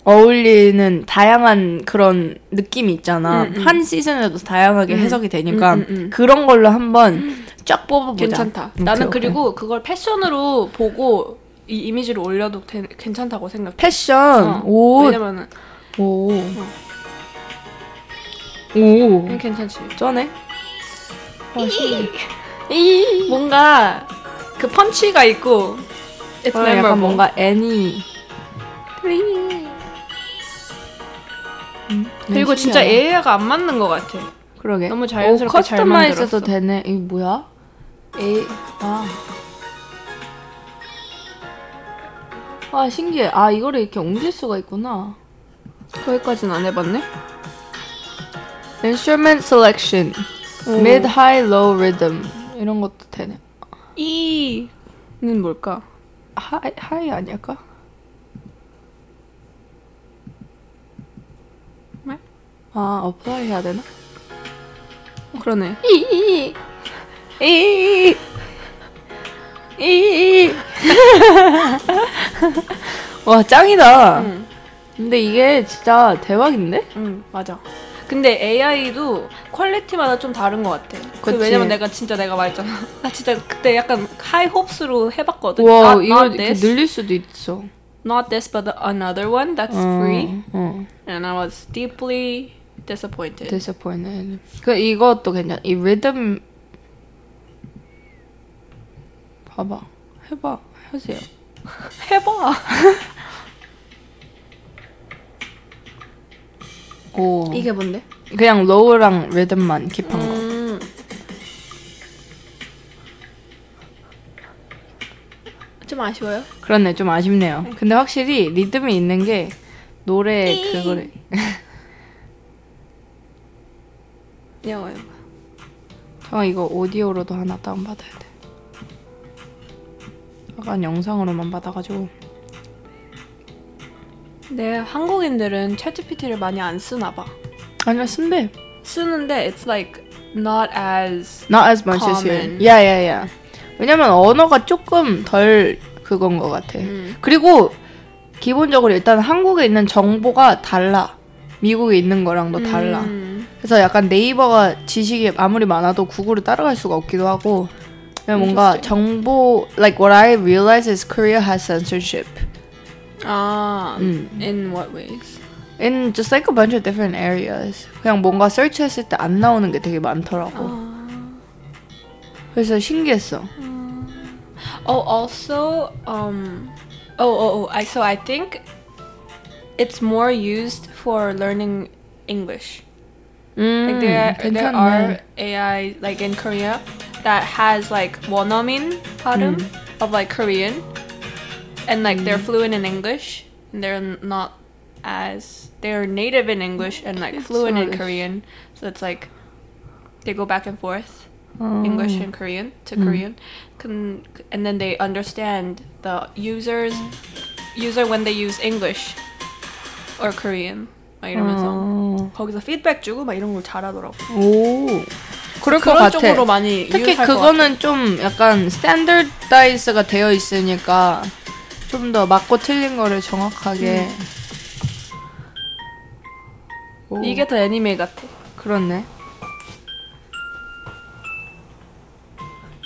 Speaker 1: 어울리는 다양한 그런 느낌이 있잖아.
Speaker 2: 음,
Speaker 1: 한 시즌에도 다양하게 해석이 되니까 그런 걸로 한번 쫙 뽑아보자.
Speaker 2: 음. 괜찮다
Speaker 1: 오케이,
Speaker 2: 나는
Speaker 1: 오케이.
Speaker 2: 그리고 그걸 패션으로 보고 이 이미지를 올려도 되- 괜찮다고 생각해.
Speaker 1: 패션,
Speaker 2: 어,
Speaker 1: 옷,
Speaker 2: 왜냐면은
Speaker 1: 오, 오,
Speaker 2: 음, 괜찮지.
Speaker 1: 쩌네.
Speaker 2: 아, 이 뭔가 그 펀치가 있고 It's
Speaker 1: 어, 약간
Speaker 2: memorable.
Speaker 1: 뭔가 애니. 음,
Speaker 2: 그리고
Speaker 1: 음,
Speaker 2: 진짜
Speaker 1: 신기하다.
Speaker 2: AI가 안 맞는 것 같아.
Speaker 1: 그러게.
Speaker 2: 너무 자연스럽게
Speaker 1: 오,
Speaker 2: 잘
Speaker 1: 커스터마이즈도
Speaker 2: 만들었어.
Speaker 1: 되네. 이 뭐야? 에이, 아. 와, 신기해. 아, 이거를 이렇게 옮길 수가 있구나.
Speaker 2: 거기까지는 안 해봤네.
Speaker 1: Instrument selection, mid, high, low rhythm 이런 것도 되네.
Speaker 2: 이는 뭘까?
Speaker 1: 하이 하이 아닐까?
Speaker 2: 네?
Speaker 1: 아 어플라이 해야 되나?
Speaker 2: 그러네.
Speaker 1: (laughs) 와 짱이다.
Speaker 2: 응.
Speaker 1: 근데 이게 진짜 대박인데?
Speaker 2: 응 맞아. 근데 AI도 퀄리티마다 좀 다른 것 같아. 그
Speaker 1: 그치.
Speaker 2: 왜냐면 내가 진짜 내가 말했잖아. (laughs) 나 진짜 그때 약간 하이 홉스로 해봤거든. 아,
Speaker 1: 와
Speaker 2: not,
Speaker 1: 이거
Speaker 2: not
Speaker 1: 이렇게
Speaker 2: this,
Speaker 1: 늘릴 수도 있어.
Speaker 2: not this, but another one that's
Speaker 1: 어,
Speaker 2: free.
Speaker 1: 어.
Speaker 2: And I was deeply
Speaker 1: 네.
Speaker 2: disappointed.
Speaker 1: disappointed. 그 이것도 괜찮. 이 리듬 봐봐. 해봐. 하세요.
Speaker 2: (laughs) 해봐.
Speaker 1: 오. 이게
Speaker 2: 뭔데?
Speaker 1: 그냥 로우랑 리듬만 킵한 거.
Speaker 2: 음. 좀 아쉬워요.
Speaker 1: 그렇네. 좀 아쉽네요. 근데 확실히 리듬이 있는 게 노래 그거를
Speaker 2: 영어요.
Speaker 1: 형 이거 오디오로도 하나 다운 받아야 돼. 약간 영상으로만 받아가지고
Speaker 2: 네, 한국인들은 챗GPT를 많이 안 쓰나 봐.
Speaker 1: 아니야 쓴대.
Speaker 2: 쓰는데 it's like not as
Speaker 1: Not as much as you.
Speaker 2: Common.
Speaker 1: Yeah, yeah, yeah. 왜냐면 언어가 조금 덜 그건 것 같아.
Speaker 2: 음.
Speaker 1: 그리고 기본적으로 일단 한국에 있는 정보가 달라. 미국에 있는 거랑도 달라.
Speaker 2: 음.
Speaker 1: 그래서 약간 네이버가 지식이 아무리 많아도 구글을 따라갈 수가 없기도 하고. 그냥 뭔가
Speaker 2: Interesting.
Speaker 1: 정보 like what I realize is Korea has censorship.
Speaker 2: 아,
Speaker 1: 음.
Speaker 2: in what ways?
Speaker 1: in just like a bunch of different areas. 그냥 뭔가 서치했을 때 안 나오는 게 되게 많더라고. 그래서 신기했어.
Speaker 2: Oh, also, um, oh, oh, oh, I so I think it's more used for learning English.
Speaker 1: 음,
Speaker 2: Like there, there
Speaker 1: 괜찮네.
Speaker 2: are AI like in Korea that has like 원어민 발음 of like Korean, and like they're fluent in English. And they're not as they're native in English and like
Speaker 1: It's
Speaker 2: fluent in
Speaker 1: not as-
Speaker 2: Korean. So it's like they go back and forth
Speaker 1: 어.
Speaker 2: English and Korean to
Speaker 1: Mm.
Speaker 2: Korean, Con- and then they understand the users user when they use English or Korean. 막 이러면서.
Speaker 1: 어.
Speaker 2: 거기서 피드백 주고 막 이런 걸 잘하더라고.
Speaker 1: 오. 그럴 것
Speaker 2: 그런
Speaker 1: 같아.
Speaker 2: 쪽으로 많이
Speaker 1: 특히
Speaker 2: 유익할 것
Speaker 1: 그거는 좀 약간 스탠더다이즈가 되어 있으니까 좀 더 맞고 틀린 거를 정확하게 오,
Speaker 2: 같아. 이게 더 애니메 같아.
Speaker 1: 그렇네.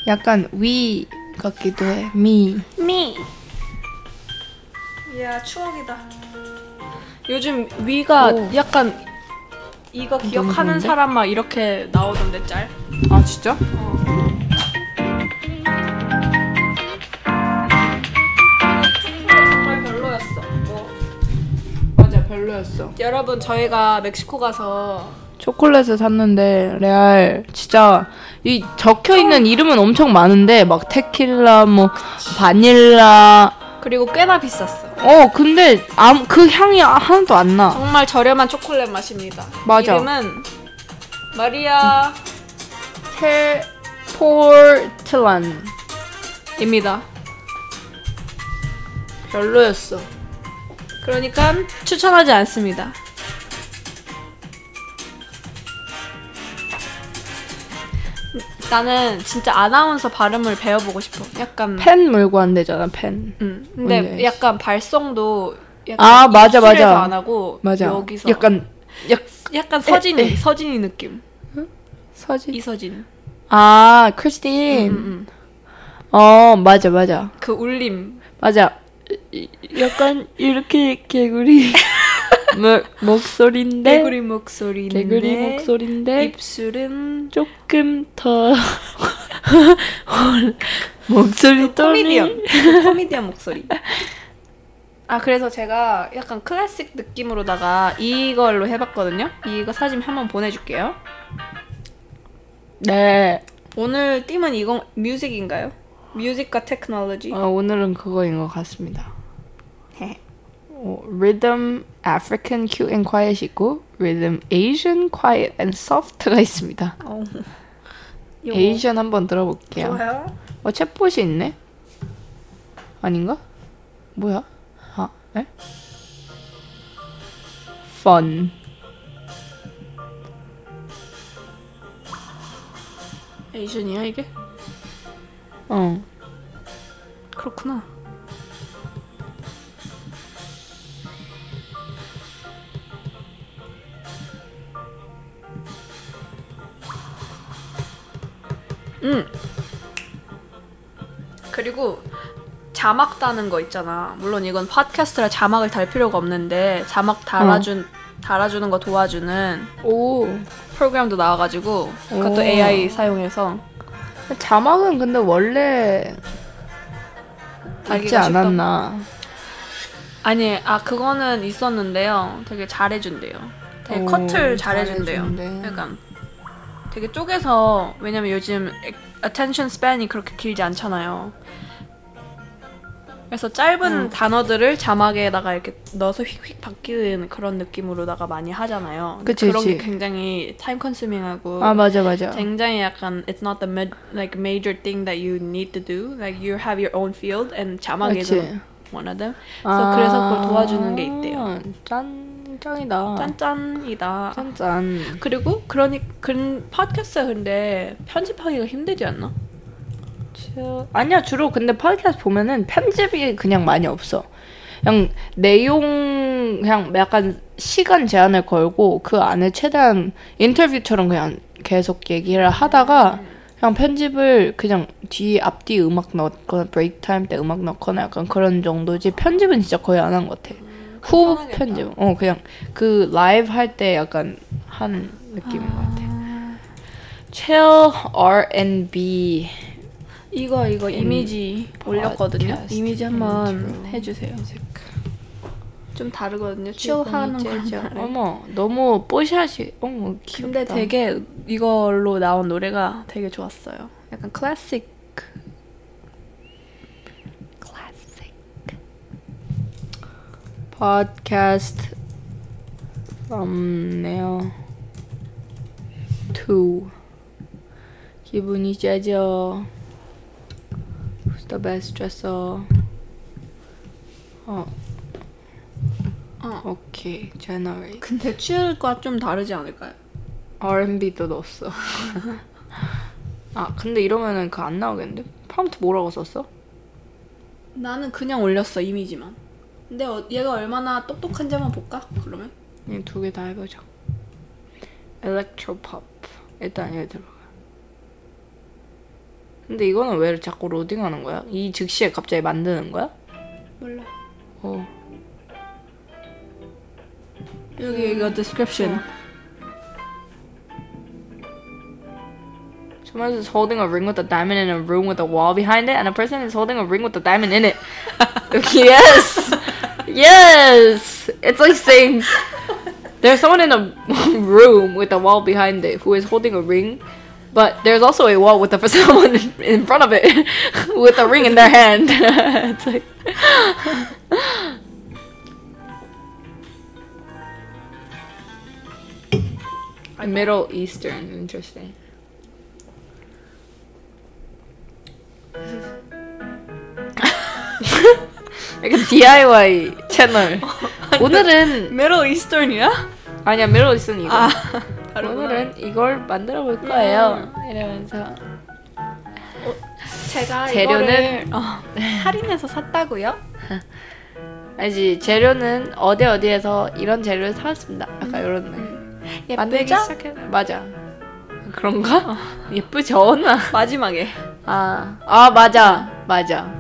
Speaker 1: 약간 위 같기도 해. 미.
Speaker 2: 미. 이야 추억이다. 요즘 위가
Speaker 1: 오.
Speaker 2: 약간 이거 기억하는
Speaker 1: 좋은데?
Speaker 2: 사람 막 이렇게 나오던데 짤.
Speaker 1: 아 진짜?
Speaker 2: 아, 정말 별로였어. 뭐,
Speaker 1: 맞아 별로였어.
Speaker 2: 여러분 저희가 멕시코 가서
Speaker 1: 초콜릿을 샀는데 레알 진짜 이 적혀 있는 이름은 엄청 많은데 막 테킬라 뭐 바닐라
Speaker 2: 그리고 꽤나 비쌌어.
Speaker 1: 어 근데 아무 그 향이 아- 하나도 안 나.
Speaker 2: 정말 저렴한 초콜릿 맛입니다.
Speaker 1: 맞아.
Speaker 2: 이름은 마리아
Speaker 1: 테포르틀란
Speaker 2: 입니다.
Speaker 1: 별로였어.
Speaker 2: 그러니까 추천하지 않습니다. 나는 진짜 아나운서 발음을 배워보고 싶어. 약간
Speaker 1: 펜 물고 안 되잖아 펜.
Speaker 2: 음, 근데
Speaker 1: 뭔지 알지?
Speaker 2: 약간 발성도 약간
Speaker 1: 아, 맞아,
Speaker 2: 입술에서
Speaker 1: 맞아.
Speaker 2: 안 하고
Speaker 1: 맞아.
Speaker 2: 여기서 약간,
Speaker 1: 약간 약
Speaker 2: 서진이
Speaker 1: 에, 네. 에.
Speaker 2: 서진이 느낌.
Speaker 1: 서지.
Speaker 2: 이서진.
Speaker 1: 아 크리스틴.
Speaker 2: 음, 음.
Speaker 1: 어 맞아 맞아
Speaker 2: 그 울림.
Speaker 1: 맞아 이- 약간 이렇게 (laughs) 개구리 뭐, 목 목소리인데
Speaker 2: 개구리 목소리인데.
Speaker 1: 네. 개구리 네, 목소리인데
Speaker 2: 입술은
Speaker 1: 조금 (laughs) 더 목소리 떨리
Speaker 2: (laughs) 코미디언. 코미디언 목소리. 아 그래서 제가 약간 클래식 느낌으로다가 이걸로 해봤거든요. 이거 사진 한번 보내줄게요.
Speaker 1: 네
Speaker 2: 오늘 띠은 이건 뮤직인가요? 뮤직과 테크놀로지.
Speaker 1: 어, 오늘은 그거인 것 같습니다 어, Rhythm African Cute and Quiet 있고 Rhythm Asian Quiet and Soft가 있습니다
Speaker 2: 어. 요거.
Speaker 1: Asian 한번 들어볼게요
Speaker 2: 좋아요.
Speaker 1: 어 챗봇이 있네 아닌가? 뭐야? 아 에? Fun
Speaker 4: 에이션이야 이게?
Speaker 1: 어
Speaker 2: 그렇구나. 음. 그리고 자막 다는 거 있잖아. 물론 이건 팟캐스트라 자막을 달 필요가 없는데 자막 달아준 달아주는 거 도와주는
Speaker 1: 오.
Speaker 2: 프로그램도 나와가지고 그것도
Speaker 1: 오.
Speaker 2: AI 사용해서
Speaker 1: 자막은 근데 원래
Speaker 2: 달기가
Speaker 1: 있지 않았나.
Speaker 2: 아니, 아 그거는 있었는데요. 되게 잘해준대요. 되게
Speaker 1: 오,
Speaker 2: 컷을 잘해준대요.
Speaker 1: 잘해준대.
Speaker 2: 약간 되게 쪼개서 왜냐면 요즘 attention span이 그렇게 길지 않잖아요. 그래서 짧은
Speaker 1: 음.
Speaker 2: 단어들을 자막에다가 이렇게 넣어서 휙휙 바뀌는 그런 느낌으로다가 많이 하잖아요.
Speaker 1: 그치,
Speaker 2: 런게
Speaker 1: 그치.
Speaker 2: 굉장히 time consuming하고
Speaker 1: 아 맞아 맞아.
Speaker 2: 굉장히 약간 it's not the mid, like major thing that you need to do. Like you have your own field and 자막에서
Speaker 1: 그치.
Speaker 2: one of them.
Speaker 1: 아.
Speaker 2: 그래서 그래서 그걸 도와주는 게 있대요.
Speaker 1: 짠
Speaker 2: 아.
Speaker 1: 짱이다.
Speaker 2: 짠짠이다.
Speaker 1: 짠 짠.
Speaker 2: 그리고 그러니 그 팟캐스트 근데 편집하기가 힘들지 않나?
Speaker 1: 아니야 주로 근데 팟캐스트 보면은 편집이 그냥 많이 없어. 그냥 내용 그냥 약간 시간 제한을 걸고 그 안에 최대한 인터뷰처럼 그냥 계속 얘기를 하다가 그냥 편집을 그냥 뒤 앞뒤 음악 넣거나 브레이크 타임 때 음악 넣거나 약간 그런 정도지 편집은 진짜 거의 안 한 것 같아. 후
Speaker 2: 편하겠다.
Speaker 1: 편집. 어 그냥 그 라이브 할 때 약간 한 느낌인 것 같아. 최 R&B
Speaker 2: 이거 이거 이미지 올렸거든요.
Speaker 1: 팟캐스트
Speaker 2: 음. 이미지 한번
Speaker 1: 인트로.
Speaker 2: 해주세요. 좀 다르거든요. 취업하는 거랑.
Speaker 1: 어머 너무 뽀샤시 어머 뭐
Speaker 2: 근데
Speaker 1: 귀엽다
Speaker 2: 되게 이걸로 나온 노래가 되게 좋았어요. 약간 클래식
Speaker 1: 클래식 팟캐스트 thumbnail 2 기분이 짜져 Who's the best dresser 어
Speaker 2: 어.
Speaker 1: 오케이 generate
Speaker 2: 근데 취업과 좀 다르지 않을까요?
Speaker 1: R&B도 넣었어. (laughs) 아 근데 이러면은 그 안 나오겠는데? 프롬프트 뭐라고 썼어?
Speaker 2: 나는 그냥 올렸어 이미지만. 근데 어- 얘가 얼마나 똑똑한지 한번 볼까? 그러면
Speaker 1: 그냥 네, 두 개 다 해보자. Electropop 일단 여기 들어가. 근데 이거는 왜 자꾸 로딩하는 거야? 이 즉시에 갑자기 만드는 거야?
Speaker 2: 몰라.
Speaker 1: 어.
Speaker 2: 여기 이거 description.
Speaker 1: Someone is holding a ring with a diamond in a room with a wall behind it, and a person is holding a ring with a diamond in it. yes, yes. It's like saying there's someone in a (laughs) room with a wall behind it who is holding a ring, but there's also a wall with a (laughs) someone in- in front of it (laughs) with a ring in their hand. (laughs) it's like Middle Eastern. Interesting. (laughs) 약간 DIY 채널.
Speaker 2: 아, (laughs)
Speaker 1: 오늘은
Speaker 2: Middle Eastern이야?
Speaker 1: 아니야 미러 있은 이거.
Speaker 2: 아,
Speaker 1: 오늘은 이걸 만들어 볼 거예요. 이러면서
Speaker 2: 제가
Speaker 1: 재료는-
Speaker 2: 이거를, 어, 할인해서 샀다고요?
Speaker 1: 아니지 재료는 어디 어디에서 이런 재료를 사왔습니다. 약간 이런
Speaker 2: 예쁘죠?
Speaker 1: 만들기 시작해. 맞아. 그런가? (laughs) 예쁘죠? 나
Speaker 2: 마지막에
Speaker 1: 아, 아 맞아, 맞아.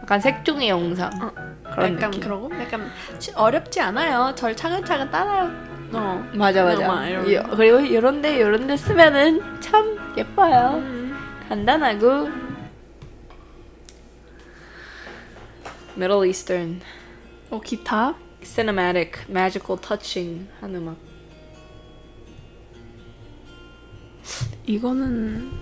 Speaker 1: 약간 색종이 영상
Speaker 2: 어,
Speaker 1: 그런
Speaker 2: 약간
Speaker 1: 느낌.
Speaker 2: 그러고 약간 치- 어렵지 않아요. 절 차근차근 따라요.
Speaker 5: 어.
Speaker 1: 맞아
Speaker 5: 영화,
Speaker 1: 맞아.
Speaker 5: 이런
Speaker 1: 이- 그리고 이런데 이런데 쓰면은 참 예뻐요.
Speaker 2: 음.
Speaker 1: 간단하고. Middle Eastern
Speaker 5: 어 기타?
Speaker 1: cinematic magical touching 한 음악.
Speaker 5: 이거는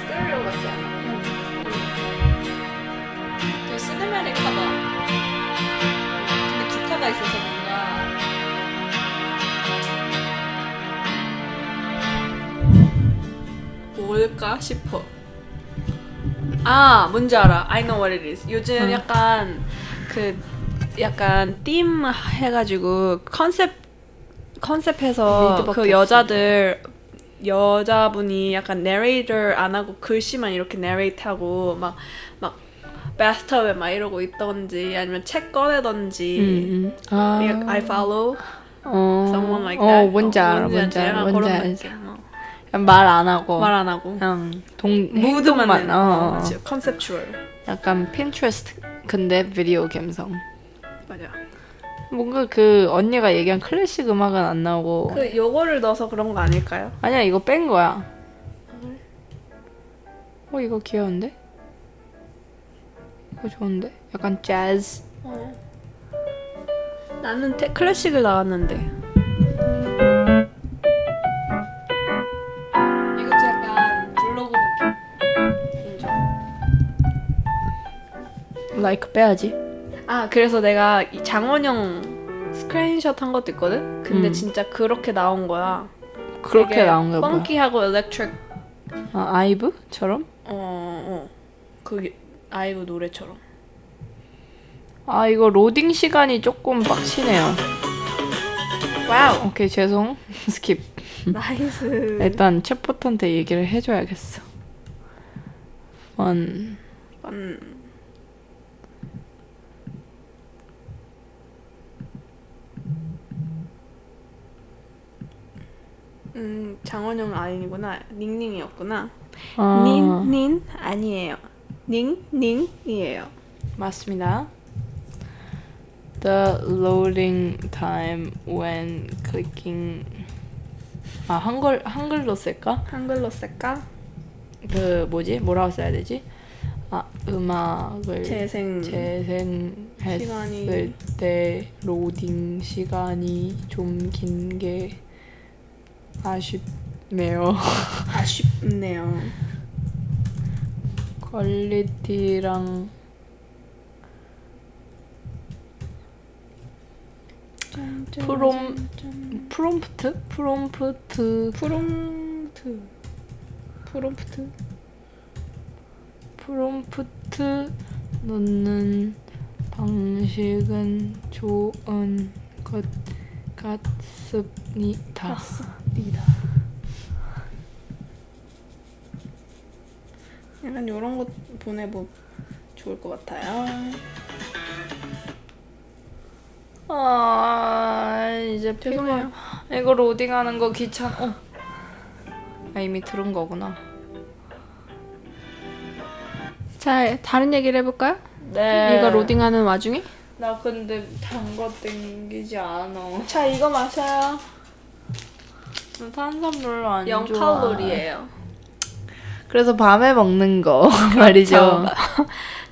Speaker 1: 스테레오 같지 않아?
Speaker 2: 되게 시네마틱하다. 그 근데 기타가 있어서 뭔가 뭘까 싶어. 아 뭔지 알아. I know what it is. 요즘
Speaker 5: 응.
Speaker 2: 약간 그 약간 팀 해가지고 컨셉 컨셉해서
Speaker 1: 리드밖에
Speaker 2: 그 여자들 여자분이 약간 내레이터 안 하고 글씨만 이렇게 내레이트하고 막 막 bathtub에 막 이러고 있던지 아니면 책 꺼내던지
Speaker 1: 음, 음. 아.
Speaker 2: 이게 I follow
Speaker 1: 어.
Speaker 2: someone like
Speaker 1: 어,
Speaker 2: that
Speaker 1: 뭔지 알아, 뭔지 알아, 뭔지 알지. 말안 하고.
Speaker 2: 뭐 말안 하고
Speaker 1: 그냥 동
Speaker 2: 무드만
Speaker 1: 행동만.
Speaker 2: 내는
Speaker 1: 어. 어.
Speaker 2: 컨셉추얼
Speaker 1: 약간 핀트레스트 근데 비디오 감성.
Speaker 2: 맞아
Speaker 1: 뭔가 그 언니가 얘기한 클래식 음악은 안 나오고.
Speaker 2: 그 요거를 넣어서 그런 거 아닐까요?
Speaker 1: 아니야 이거 뺀 거야. 어 이거 귀여운데? 이거 좋은데? 약간 재즈.
Speaker 2: 나는 테- 클래식을 나왔는데 이것도 약간 블로그 느낌 인정
Speaker 1: 라이크 빼야지.
Speaker 2: 아 그래서 내가 이 장원영 스크린샷 한 것도 있거든? 근데
Speaker 1: 음.
Speaker 2: 진짜 그렇게 나온 거야
Speaker 1: 그렇게
Speaker 2: 되게
Speaker 1: 나온 거야. 뭐야.
Speaker 2: 펑키하고 일렉트릭
Speaker 1: 아, 아이브처럼?
Speaker 2: 어어 그 아이브
Speaker 1: (laughs)
Speaker 2: 노래처럼
Speaker 1: 아 이거 로딩 시간이 조금 빡치네요.
Speaker 2: 와우
Speaker 1: 오케이 죄송 (laughs) 스킵.
Speaker 2: 나이스
Speaker 1: 일단 챗봇한테 얘기를 해줘야겠어. 원
Speaker 2: 음. 음 장원영 아니구나 닝닝이었구나
Speaker 1: 아,
Speaker 2: 닌, 닌 아니에요. 닝, 닝이에요.
Speaker 1: 맞습니다. The loading time when clicking 아 한글 한글로 쓸까?
Speaker 2: 한글로 쓸까?
Speaker 1: 그 뭐지 뭐라고 써야 되지? 아 음악을
Speaker 2: 재생.
Speaker 1: 네. 재생했을
Speaker 2: 시간이.
Speaker 1: 때 로딩 시간이 좀 긴 게 아쉽네요. (laughs)
Speaker 2: 아쉽네요.
Speaker 1: 퀄리티랑 프롬 프롬프트 프롬프트
Speaker 2: 프롬프트. 프롬프트.
Speaker 1: 프롬프트 넣는 방식은 좋은 것
Speaker 5: 아.
Speaker 1: 같습니다.
Speaker 2: 맞습니다. 약간 이런 것 보내보 좋을 것 같아요.
Speaker 1: 아 이제
Speaker 2: 죄송해요.
Speaker 1: 피곤- 이거 로딩하는 거 귀찮아. 어. 아 이미 들은 거구나.
Speaker 5: 자 다른 얘기를 해볼까요?
Speaker 1: 네.
Speaker 5: 이거 로딩하는 와중에?
Speaker 1: 나 근데 단 거 땡기지 않아.
Speaker 2: 자, 이거 마셔요.
Speaker 1: 나 탄산물로 안
Speaker 2: 영
Speaker 1: 좋아.
Speaker 2: 칼로리예요.
Speaker 1: 그래서 밤에 먹는 거 (laughs) 말이죠.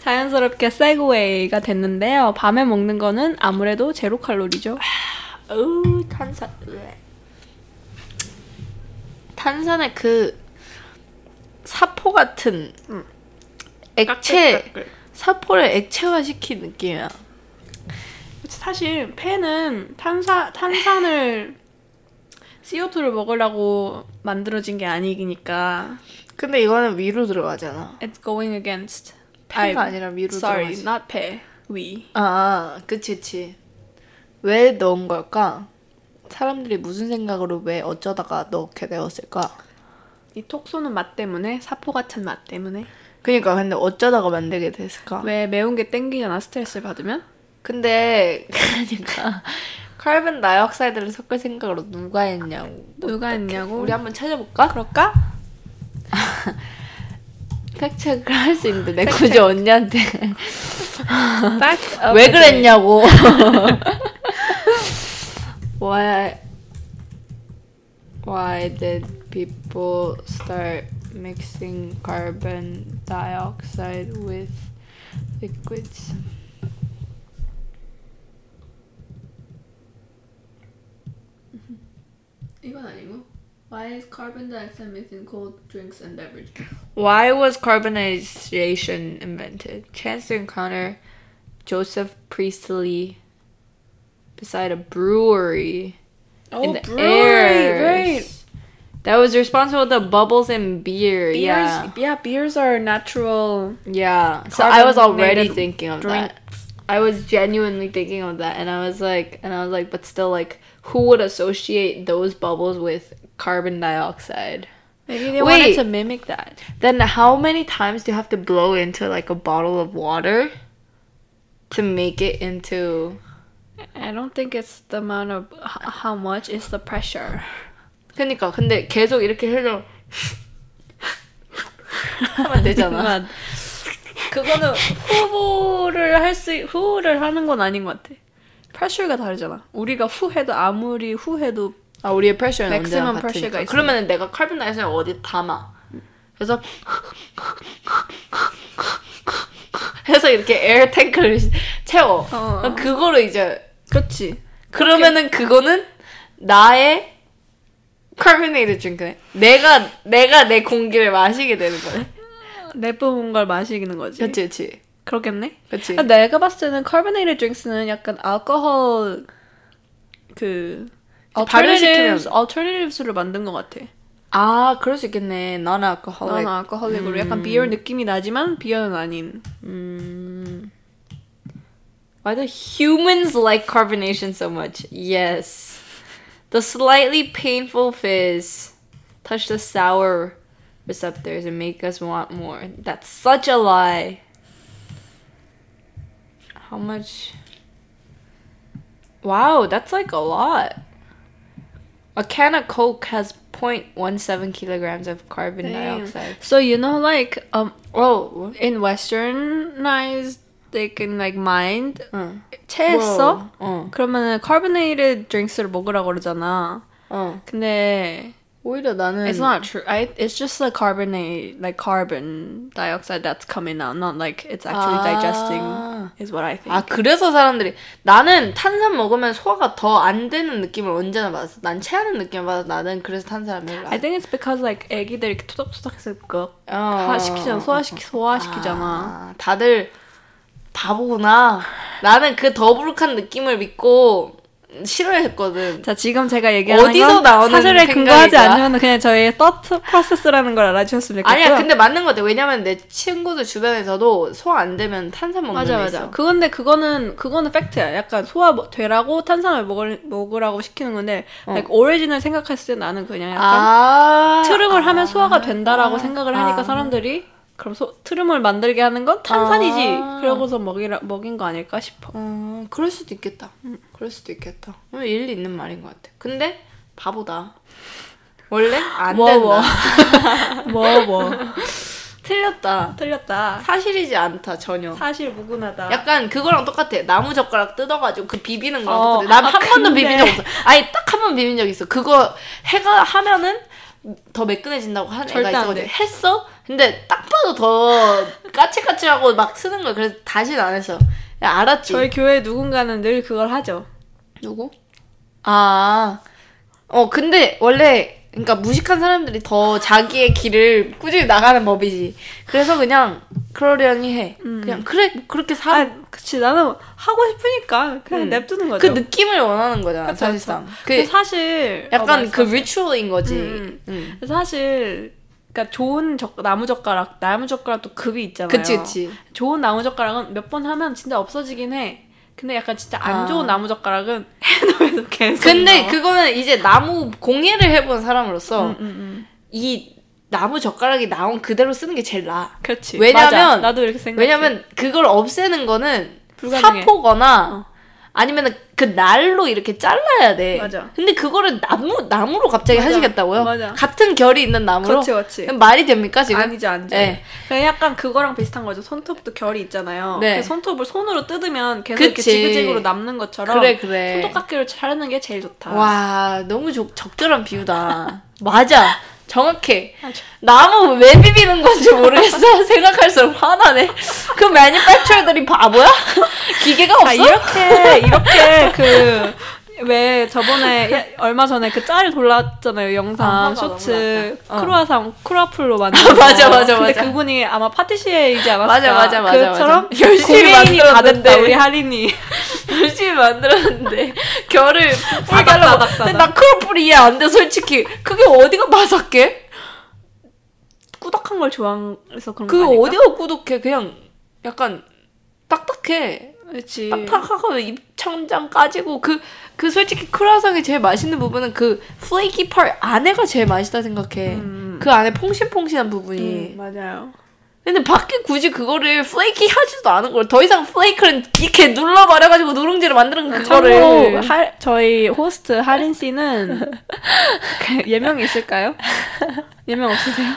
Speaker 2: 자연스럽게 세그웨이가 됐는데요. 밤에 먹는 거는 아무래도 제로 칼로리죠.
Speaker 1: 아, 어우 탄산. 으에. 탄산의 그 사포 같은
Speaker 2: 음.
Speaker 1: 액체 사포를 액체화 시킨 느낌이야.
Speaker 2: 사실 폐는
Speaker 1: (laughs)
Speaker 2: 탄사, 탄산을 CO2를 먹으려고 만들어진 게 아니니까
Speaker 1: 근데 이거는 위로 들어가잖아.
Speaker 2: it's going against
Speaker 1: 폐가
Speaker 2: I'm
Speaker 1: 아니라 위로
Speaker 2: sorry,
Speaker 1: 들어가지.
Speaker 2: not 폐. 위.
Speaker 1: 아, 그치, 그치. 왜 넣은 걸까? 사람들이 무슨 생각으로 왜 어쩌다가 넣게 되었을까?
Speaker 2: 이 톡쏘는 맛 때문에 사포 같은 맛 때문에
Speaker 1: 그니까 근데 어쩌다가 그러니까 만들게 됐을까? (laughs)
Speaker 2: 왜 매운 게 땡기잖아 스트레스를 받으면
Speaker 1: 근데 그러니까 (laughs) 카르본 나역사이드를 섞을 생각으로 누가 했냐고.
Speaker 6: 누가 했냐고?
Speaker 1: 우리 한번 찾아볼까?
Speaker 6: 그럴까?
Speaker 1: (laughs) 팩체크를 할 수 있는데 내 굳이 언니한테
Speaker 6: Fact of
Speaker 1: 왜
Speaker 6: the day. (laughs)
Speaker 1: 그랬냐고.
Speaker 2: (laughs)
Speaker 1: why why did people start mixing carbon dioxide with liquids?
Speaker 7: 이건 아니고 Why is carbon dioxide mixed in cold drinks and beverages?
Speaker 1: Why was carbonization invented? Chance to encounter Joseph Priestley beside a brewery
Speaker 2: Oh,
Speaker 1: in the air. That was responsible for the bubbles in beer.
Speaker 2: Beers,
Speaker 1: yeah.
Speaker 2: yeah. beers are natural.
Speaker 1: Yeah. So I was already
Speaker 2: Carbonated
Speaker 1: thinking of
Speaker 2: drink.
Speaker 1: that. I was genuinely thinking of that and I was like and I was like but still like who would associate those bubbles with carbon dioxide?
Speaker 2: Maybe they
Speaker 1: Wait.
Speaker 2: wanted to mimic that.
Speaker 1: Then how many times do you have to blow into like a bottle of water to make it into
Speaker 2: I don't think it's the amount of h- how much, it's the pressure.
Speaker 1: 그러니까 근데 계속 이렇게 해서 (laughs) 하면 (laughs) 되잖아.
Speaker 2: 그만. 그거는 후보를 할 수, 후를 하는 건 아닌 것 같아. 프레셔가 다르잖아. 우리가 후해도 아무리 후해도
Speaker 1: 아 우리의 프레셔는 언제나
Speaker 2: maximum pressure가
Speaker 1: 같으니까.
Speaker 2: 있어.
Speaker 1: 그러면은 내가 칼빈 다이슨을 어디 담아. 그래서 (laughs) 해서 이렇게 에어 탱크를 채워.
Speaker 2: 어.
Speaker 1: 그거로 이제
Speaker 2: 그렇지.
Speaker 1: 그러면은 그거는 나의 carbonated drink네. 내가 내가 내 공기를 마시게 되는 거네.
Speaker 2: 내뿜은 걸 마시는 거지.
Speaker 1: 그렇지, 그렇지,
Speaker 2: 그렇겠네.
Speaker 1: 그렇지.
Speaker 2: 아, 내가 봤을 때는 carbonated drinks는 약간 알코올 그
Speaker 1: 발효시키면-
Speaker 2: alternatives, alternatives를 만든 것 같아.
Speaker 1: 아, 그럴 수 있겠네. non alcoholic.
Speaker 2: 나는 알코올릭으로 어, 약간 비어 느낌이 나지만 비어는 아닌.
Speaker 1: Mm. Why do humans like carbonation so much? Yes. The slightly painful fizz touch the sour receptors and make us want more. That's such a lie. How much? Wow, that's like a lot. A can of Coke has 0.17 kilograms of carbon dioxide.
Speaker 2: So you know like um
Speaker 1: Oh,
Speaker 2: in westernized they can like mind
Speaker 1: 응.
Speaker 2: 체했어?
Speaker 1: 어,
Speaker 2: 그러면은 carbonated drinks를 먹으라고 그러잖아.
Speaker 1: 어.
Speaker 2: 근데
Speaker 1: 오히려 나는
Speaker 2: It's not true. I it's just the carbonate, like carbon dioxide that's coming out, not like it's
Speaker 1: Ah.
Speaker 2: actually digesting. Is what I think.
Speaker 1: 아 그래서 사람들이 나는 탄산 먹으면 소화가 더 안 되는 느낌을 언제나 받았어. 난 체하는 느낌을 받아서 나는 그래서 탄산을 별로 안
Speaker 2: I think it's because like 애기들 이렇게 토닥토닥해서 그거
Speaker 1: 어.
Speaker 2: 다 시키잖아, 소화시키 소화시키잖아.
Speaker 1: 아, 다들 바보구나. 나는 그 더부룩한 느낌을 믿고 싫어했거든.
Speaker 2: 자 지금 제가 얘기하는
Speaker 1: 어디서
Speaker 2: 건
Speaker 1: 나오는
Speaker 2: 사실에 근거하지
Speaker 1: 생각이다.
Speaker 2: 않으면 그냥 저희의 thought process라는 걸 알아주셨으면 좋겠고요.
Speaker 1: 아니야, 근데 맞는 것 같아. 왜냐면 내 친구들 주변에서도 소화 안 되면 탄산 먹는
Speaker 2: 맞아
Speaker 1: 애
Speaker 2: 맞아.
Speaker 1: 있어.
Speaker 2: 그건데 그거는 그거는 팩트야. 약간 소화 뭐- 되라고 탄산을 먹을 먹으라고 시키는 건데 like 오리진을 생각했을 때 나는 그냥 약간
Speaker 1: 아,
Speaker 2: 트름을 하면 소화가 된다라고 생각을 하니까 사람들이 그럼 소, 트름을 만들게 하는 건 탄산이지
Speaker 1: 아.
Speaker 2: 그러고서 먹이라, 먹인 거 아닐까 싶어
Speaker 1: 어, 그럴 수도 있겠다.
Speaker 2: 음.
Speaker 1: 그럴 수도 있겠다. 음, 일리 있는 말인 것 같아. 근데 바보다. 원래 안
Speaker 2: 뭐, 뭐.
Speaker 1: 된다.
Speaker 2: (laughs) 뭐 뭐
Speaker 1: (laughs) 틀렸다.
Speaker 2: 틀렸다
Speaker 1: 사실이지 않다 전혀.
Speaker 2: 사실 무근하다
Speaker 1: 약간 그거랑 똑같아. 나무 젓가락 뜯어가지고 그 비비는 거랑
Speaker 2: 어,
Speaker 1: 똑같아. 난
Speaker 2: 아,
Speaker 1: 한 번도
Speaker 2: 근데.
Speaker 1: 비빈 적 없어. 아니 딱 한 번 비빈 적 있어. 그거 해가 하면은 더 매끈해진다고 하는 애가
Speaker 2: 절대 안
Speaker 1: 있어가지고
Speaker 2: 돼.
Speaker 1: 했어. 근데 딱 봐도 더 까칠까칠하고 막 쓰는 거야. 그래서 다시는 안 했어. 야, 알았지.
Speaker 2: 저희 교회 누군가는 늘 그걸 하죠
Speaker 1: 누구? 아, 어, 근데 원래, 그러니까 무식한 사람들이 더 자기의 길을 꾸준히 나가는 법이지. 그래서 그냥 그러려니 해. 그냥 그래, 뭐 그렇게 사.
Speaker 2: 음. 아 그치 나는 하고 싶으니까 그냥 냅두는
Speaker 1: 그
Speaker 2: 거죠
Speaker 1: 느낌을 원하는 거잖아,
Speaker 2: 그쵸,
Speaker 1: 사실상.
Speaker 2: 근데
Speaker 1: 그
Speaker 2: 사실 어,
Speaker 1: 약간
Speaker 2: 맞아.
Speaker 1: 그 리추얼인 거지.
Speaker 2: 음,
Speaker 1: 음.
Speaker 2: 사실 그러니까 좋은 젓- 나무 젓가락 나무 젓가락도 급이 있잖아요
Speaker 1: 그치, 그치.
Speaker 2: 좋은 나무젓가락은 몇 번 하면 진짜 없어지긴 해. 근데 약간 진짜 안 좋은
Speaker 1: 아.
Speaker 2: 나무젓가락은 (laughs) 해놓으면서 계속.
Speaker 1: 근데
Speaker 2: 나와.
Speaker 1: 그거는 이제 나무 공예를 해본 사람으로서
Speaker 2: 음, 음.
Speaker 1: 이 나무 젓가락이 나온 그대로 쓰는 게 제일 나아.
Speaker 2: 그렇지.
Speaker 1: 왜냐면-
Speaker 2: 맞아. 나도 이렇게 생각해.
Speaker 1: 왜냐면 그걸 없애는 거는
Speaker 2: 불가능해. 어.
Speaker 1: 사포거나 아니면은 그 날로 이렇게 잘라야 돼.
Speaker 2: 맞아.
Speaker 1: 근데 그거를 나무 나무로 갑자기
Speaker 2: 맞아.
Speaker 1: 하시겠다고요?
Speaker 2: 맞아.
Speaker 1: 같은 결이 있는 나무로?
Speaker 2: 그렇지, 그렇지.
Speaker 1: 그럼 말이 됩니까 지금?
Speaker 2: 아니죠, 아니죠.
Speaker 1: 예.
Speaker 2: 그냥 약간 그거랑 비슷한 거죠. 손톱도 결이 있잖아요.
Speaker 1: 네.
Speaker 2: 그 손톱을 손으로 뜯으면 계속 이렇게
Speaker 1: 그치.
Speaker 2: 지그재그로 남는 것처럼
Speaker 1: 그래 그래.
Speaker 2: 손톱깎이로 자르는 게 제일 좋다.
Speaker 1: 와 너무 적, 적절한 비유다. (laughs) 맞아. 정확해.
Speaker 2: 맞아.
Speaker 1: 나무 왜 비비는 건지 모르겠어. (laughs) 생각할수록 화나네. 그 매니팩처들이 바보야? 아, (laughs) 기계가 없어?
Speaker 2: 아, 이렇게 이렇게 그 왜 저번에 야- 얼마 전에 그 짤 돌랐잖아요 영상
Speaker 1: 아, 화가
Speaker 2: 쇼츠
Speaker 1: 너무 났다. 어.
Speaker 2: 크루아상 크루아플로 만든
Speaker 1: (laughs) 맞아, 맞아,
Speaker 2: 근데
Speaker 1: 맞아.
Speaker 2: 그분이 아마 파티시에이지 않았을까
Speaker 1: 맞아, 맞아, 맞아, 맞아.
Speaker 2: 그처럼
Speaker 1: (laughs) 열심히
Speaker 2: 고민이 다 됐다
Speaker 1: 만들었는데.
Speaker 2: 우리 할인이 (laughs)
Speaker 1: 열심히 만들었는데 (laughs) 결을 풀
Speaker 2: 바닥,
Speaker 1: 달라고
Speaker 2: 바닥,
Speaker 1: 근데
Speaker 2: 바닥.
Speaker 1: 나 크로플이 이해 안돼 솔직히 그게 어디가 바삭해?
Speaker 2: 꾸덕한 걸 좋아해서 그런
Speaker 1: 그게
Speaker 2: 거 음, 아닐까?
Speaker 1: 어디가 꾸덕해 그냥 약간 딱딱해
Speaker 2: 그치
Speaker 1: 딱딱하고 입 천장 까지고 그 그 솔직히 크라상의 제일 맛있는 부분은 그 플레이키 펄 안에가 제일 맛있다 생각해
Speaker 2: 음.
Speaker 1: 그 안에 퐁신퐁신한 부분이
Speaker 2: 음, 맞아요
Speaker 1: 근데 밖에 굳이 그거를 플레이키 하지도 않은 걸 더 이상 플레이크를 이렇게 눌러버려가지고 누룽지를 만드는
Speaker 2: 아, 참고로
Speaker 1: 그거를
Speaker 2: 할, 저희 호스트 할인 씨는 (laughs) 그 예명이 있을까요? 예명 없으세요?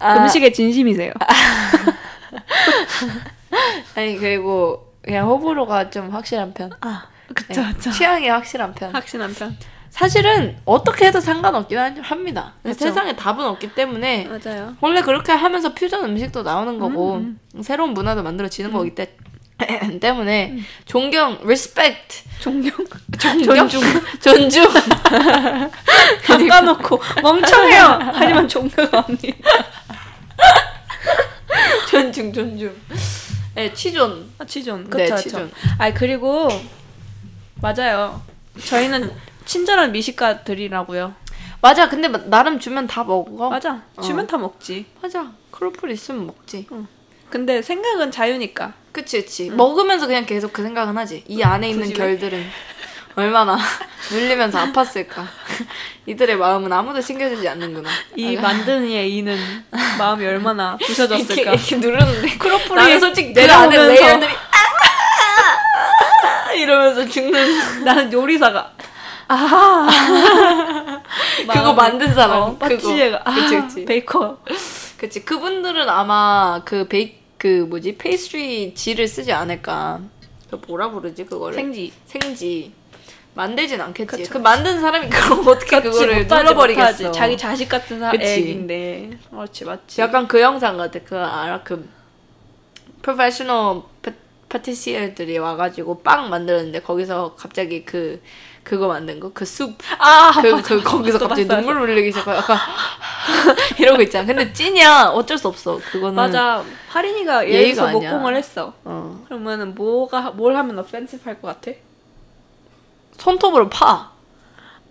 Speaker 2: 음식에 진심이세요.
Speaker 1: 아니 그리고 그냥 호불호가 좀 확실한 편.
Speaker 2: 아, 그쵸
Speaker 1: 네.
Speaker 2: 그쵸.
Speaker 1: 취향이 확실한 편.
Speaker 2: 확신한 편.
Speaker 1: 사실은 어떻게 해도 상관없긴 한- 합니다.
Speaker 2: 그쵸.
Speaker 1: 세상에 답은 없기
Speaker 2: 네.
Speaker 1: 때문에
Speaker 2: 그렇죠. 맞아요.
Speaker 1: 원래 그렇게 하면서 퓨전 음식도 나오는 거고
Speaker 2: 음.
Speaker 1: 새로운 문화도 만들어지는 거기 때, (clears throat) 때문에 존경, respect,
Speaker 2: 존경.
Speaker 1: 존경,
Speaker 2: (laughs)
Speaker 1: 존중. (laughs)
Speaker 2: 깎아놓고 멍청해요. (laughs) 하지만 존경 언니.
Speaker 1: (laughs) 존중, 존중. 네, 취존.
Speaker 2: 아, 취존.
Speaker 1: 네,
Speaker 2: 그쵸 그쵸.
Speaker 1: 취존.
Speaker 2: 아 그리고 맞아요. 저희는 친절한 미식가들이라고요.
Speaker 1: 맞아, 근데 마- 나름 주면 다 먹어.
Speaker 2: 맞아.
Speaker 1: 어.
Speaker 2: 주면 다 먹지.
Speaker 1: 맞아. 크로플 있으면 먹지.
Speaker 2: 근데 생각은 자유니까.
Speaker 1: 그치, 그치. 먹으면서 그냥 계속 그 생각은 하지. 이 안에 있는
Speaker 2: 굳이
Speaker 1: 결들은 얼마나 (laughs) 눌리면서 아팠을까. (laughs) 이들의 마음은 아무도 챙겨주지 않는구나.
Speaker 2: 이 만드는 이의 이는 마음이 얼마나
Speaker 1: 이렇게,
Speaker 2: 부서졌을까.
Speaker 1: 이렇게 누르는데. (laughs)
Speaker 2: 크로플이
Speaker 1: 나는 솔직히 그 안에 (laughs)
Speaker 2: 내려오면서
Speaker 1: 레이어들이 아! 이러면서 죽는
Speaker 2: 나는 요리사가 (laughs) 아
Speaker 1: 그거 만든 사람
Speaker 2: 어,
Speaker 1: 그거
Speaker 2: 파티에가 아,
Speaker 1: 그치 그치
Speaker 2: 베이커
Speaker 1: 그치 그분들은 아마 그 베이 그 뭐지 페이스트리 지를 쓰지 않을까 그 뭐라 부르지 그거를
Speaker 2: 생지
Speaker 1: 생지 만들진 않겠지. 그 만든 사람이 그럼 어떻게 그거를
Speaker 2: 못하지, 못하지.
Speaker 1: 눌러버리겠어.
Speaker 2: 자기 자식 같은 사
Speaker 1: 그치.
Speaker 2: 애인데 그렇지 맞지
Speaker 1: 약간 그 영상 같아. 그 알아 그 프로페셔널 파- 파티시에들이 와가지고 빵 만들었는데 거기서 갑자기 그 그거 만든 거그숲아그 (laughs) 그 거기서
Speaker 2: 또
Speaker 1: 갑자기
Speaker 2: 봤어,
Speaker 1: 눈물 흘리기 시작하고 약간 (laughs) 이러고 있잖아. 근데 찐이야 어쩔 수 없어. 그거는
Speaker 2: 맞아 하린이가
Speaker 1: 예의가
Speaker 2: 예의서
Speaker 1: 아니야.
Speaker 2: 목공을 했어
Speaker 1: 어.
Speaker 2: 그러면은 뭐가 뭘 하면 어펜스할 것 같아
Speaker 1: 손톱으로 파.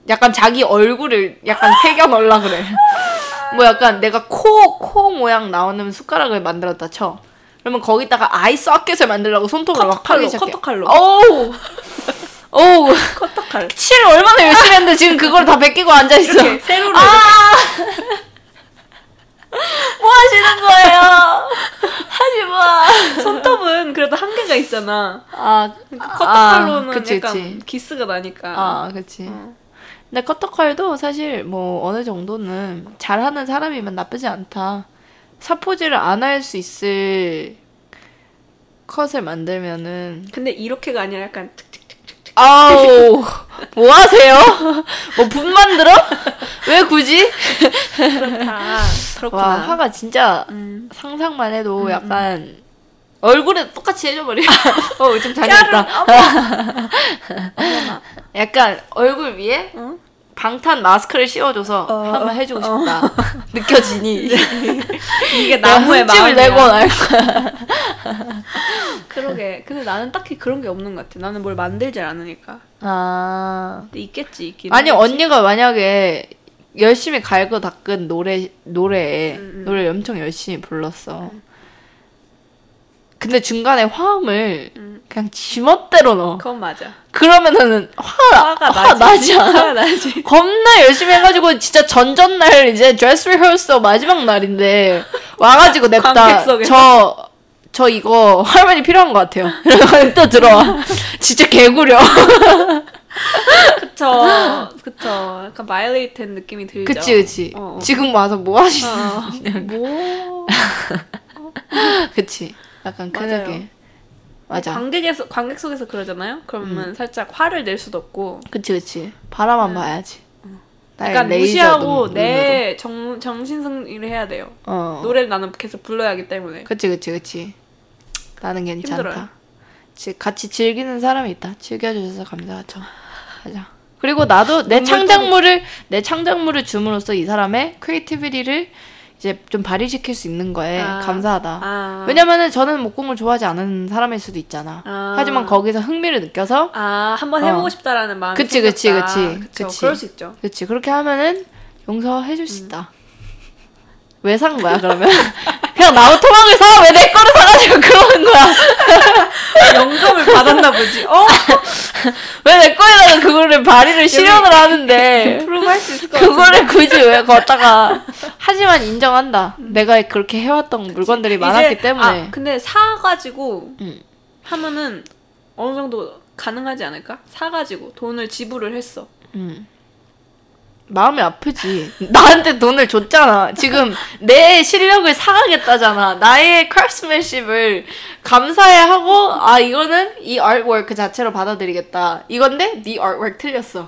Speaker 1: 약간 자기 얼굴을 약간 새겨 넣으려 그래. (laughs) 뭐 약간 내가 코, 코 모양 나오는 숟가락을 만들었다 쳐. 그러면 거기다가 아이 서킷을 만들려고 손톱으로 막 파기
Speaker 2: 커터칼로,
Speaker 1: 시작해.
Speaker 2: 커터칼로.
Speaker 1: (laughs) 어우! 어우!
Speaker 2: 커터칼
Speaker 1: 칠 얼마나 열심히 했는데 지금 그걸 다 베끼고 앉아있어.
Speaker 2: 이렇게 세로로
Speaker 1: 아! (laughs) 뭐 하시는 거예요? 하지 마.
Speaker 2: 이렇게. 손톱은 그래도 한계가 있잖아
Speaker 1: 아,
Speaker 2: 커터칼로는
Speaker 1: 아, 그치,
Speaker 2: 약간
Speaker 1: 그치.
Speaker 2: 기스가 나니까
Speaker 1: 아, 그치. 근데 커터칼도 사실 뭐 어느 정도는 잘하는 사람이면 나쁘지 않다. 사포질을 안 할 수 있을 컷을 만들면은
Speaker 2: 근데 이렇게가 아니라 약간
Speaker 1: 아우 (laughs) 뭐 하세요? 뭐 분 (laughs) 만들어? 왜 굳이?
Speaker 2: 아 그렇구나
Speaker 1: 와 화가 진짜
Speaker 2: 음.
Speaker 1: 상상만 해도 약간 얼굴에 똑같이 해줘버려. (laughs) 어좀 잔인했다. 약간 얼굴 위에
Speaker 2: 응?
Speaker 1: 방탄 마스크를 씌워줘서 한번 해주고 (laughs) 싶다. 느껴지니
Speaker 2: 이게
Speaker 1: 네. (laughs) 나무에
Speaker 2: 나무의 마음이야
Speaker 1: 마음을 내고 날.
Speaker 2: 그러게. 근데 나는 딱히 그런 게 없는 것 같아. 나는 뭘 만들질 않으니까.
Speaker 1: 아
Speaker 2: 근데 있겠지, 있긴.
Speaker 1: 아니 어.
Speaker 2: 하겠지.
Speaker 1: 언니가 만약에 열심히 갈고 닦은 노래 노래에
Speaker 2: 음, 음.
Speaker 1: 노래를 엄청 열심히 불렀어. 근데 중간에 화음을
Speaker 2: 음.
Speaker 1: 그냥 지멋대로 넣어.
Speaker 2: 그건 맞아.
Speaker 1: 그러면은 화,
Speaker 2: 화가
Speaker 1: 화
Speaker 2: 나지.
Speaker 1: 나지 아, 않아?
Speaker 2: 화가
Speaker 1: (laughs)
Speaker 2: 나지.
Speaker 1: 겁나 열심히 해가지고 진짜 전전날 이제 드레스 리허설 마지막 날인데 와가지고 냅다
Speaker 2: 관객석에서.
Speaker 1: 저 저 이거 할머니 필요한 것 같아요. (laughs) 이러고 또 들어와. 진짜 개구려.
Speaker 2: 그쵸 그쵸 약간 바이올레이트한 느낌이 들죠
Speaker 1: 그치 그치. (laughs)
Speaker 2: 어, 어.
Speaker 1: 지금 와서 뭐 하시는?
Speaker 2: 어, 뭐
Speaker 1: (laughs) 그치. 약간
Speaker 2: 어. 맞아요.
Speaker 1: 크게. 맞아. 음.
Speaker 2: 관객에서 관객 속에서 그러잖아요 그러면 살짝 화를 낼 수도 없고
Speaker 1: 그치 그치. 바라만 봐야지. 나의
Speaker 2: 약간
Speaker 1: 레이저
Speaker 2: 무시하고
Speaker 1: 눈- 눈으로.
Speaker 2: 내 정, 정신승리를 해야 돼요
Speaker 1: 어.
Speaker 2: 노래를 나는 계속 불러야 하기 때문에
Speaker 1: 그치 그치 그치. 나는 괜찮다.
Speaker 2: 힘들어요.
Speaker 1: 지- 같이 즐기는 사람이 있다. 즐겨주셔서 감사하죠. 맞아.
Speaker 2: 어,
Speaker 1: 그리고 나도 내 창작물을 내 창작물을 줌으로써 이 사람의 크리에이티비티를 이제 좀 발휘시킬 수 있는 거에
Speaker 2: 아.
Speaker 1: 감사하다.
Speaker 2: 아
Speaker 1: 왜냐면은 저는 목공을 좋아하지 않은 사람일 수도 있잖아.
Speaker 2: 아.
Speaker 1: 하지만 거기서 흥미를 느껴서
Speaker 2: 아, 한번 해보고
Speaker 1: 어.
Speaker 2: 싶다라는 마음이
Speaker 1: 그치, 그치,
Speaker 2: 생겼다.
Speaker 1: 그치,
Speaker 2: 그쵸,
Speaker 1: 그치.
Speaker 2: 그럴 수 있죠.
Speaker 1: 그렇지 그렇게 하면은 용서해 줄
Speaker 2: 음.
Speaker 1: 수 있다. 왜 산 거야 그러면? (laughs) 그냥 나무 토막을 사 왜 내 거를 사가지고 그러는 거야?
Speaker 2: 영감을 받았나 보지. 어?
Speaker 1: 왜 내 거에다가 그거를 발휘를 실현을 하는데
Speaker 2: 프로할 수 있을 것 같아.
Speaker 1: 그거를 굳이 왜 걷다가 (laughs) 하지만 인정한다. 내가 그렇게 해왔던 (laughs) 물건들이 많았기
Speaker 2: 이제-
Speaker 1: 때문에
Speaker 2: 아, 근데 사가지고
Speaker 1: 음.
Speaker 2: 하면은 어느 정도 가능하지 않을까? 사가지고 돈을 지불을 했어.
Speaker 1: 음. 마음이 아프지. 나한테 돈을 줬잖아. (laughs) 지금 내 실력을 사가겠다잖아. 나의 크래프트맨십을 감사해 하고 아 이거는 이 아트워크 자체로 받아들이겠다. 이건데 네 아트워크 틀렸어.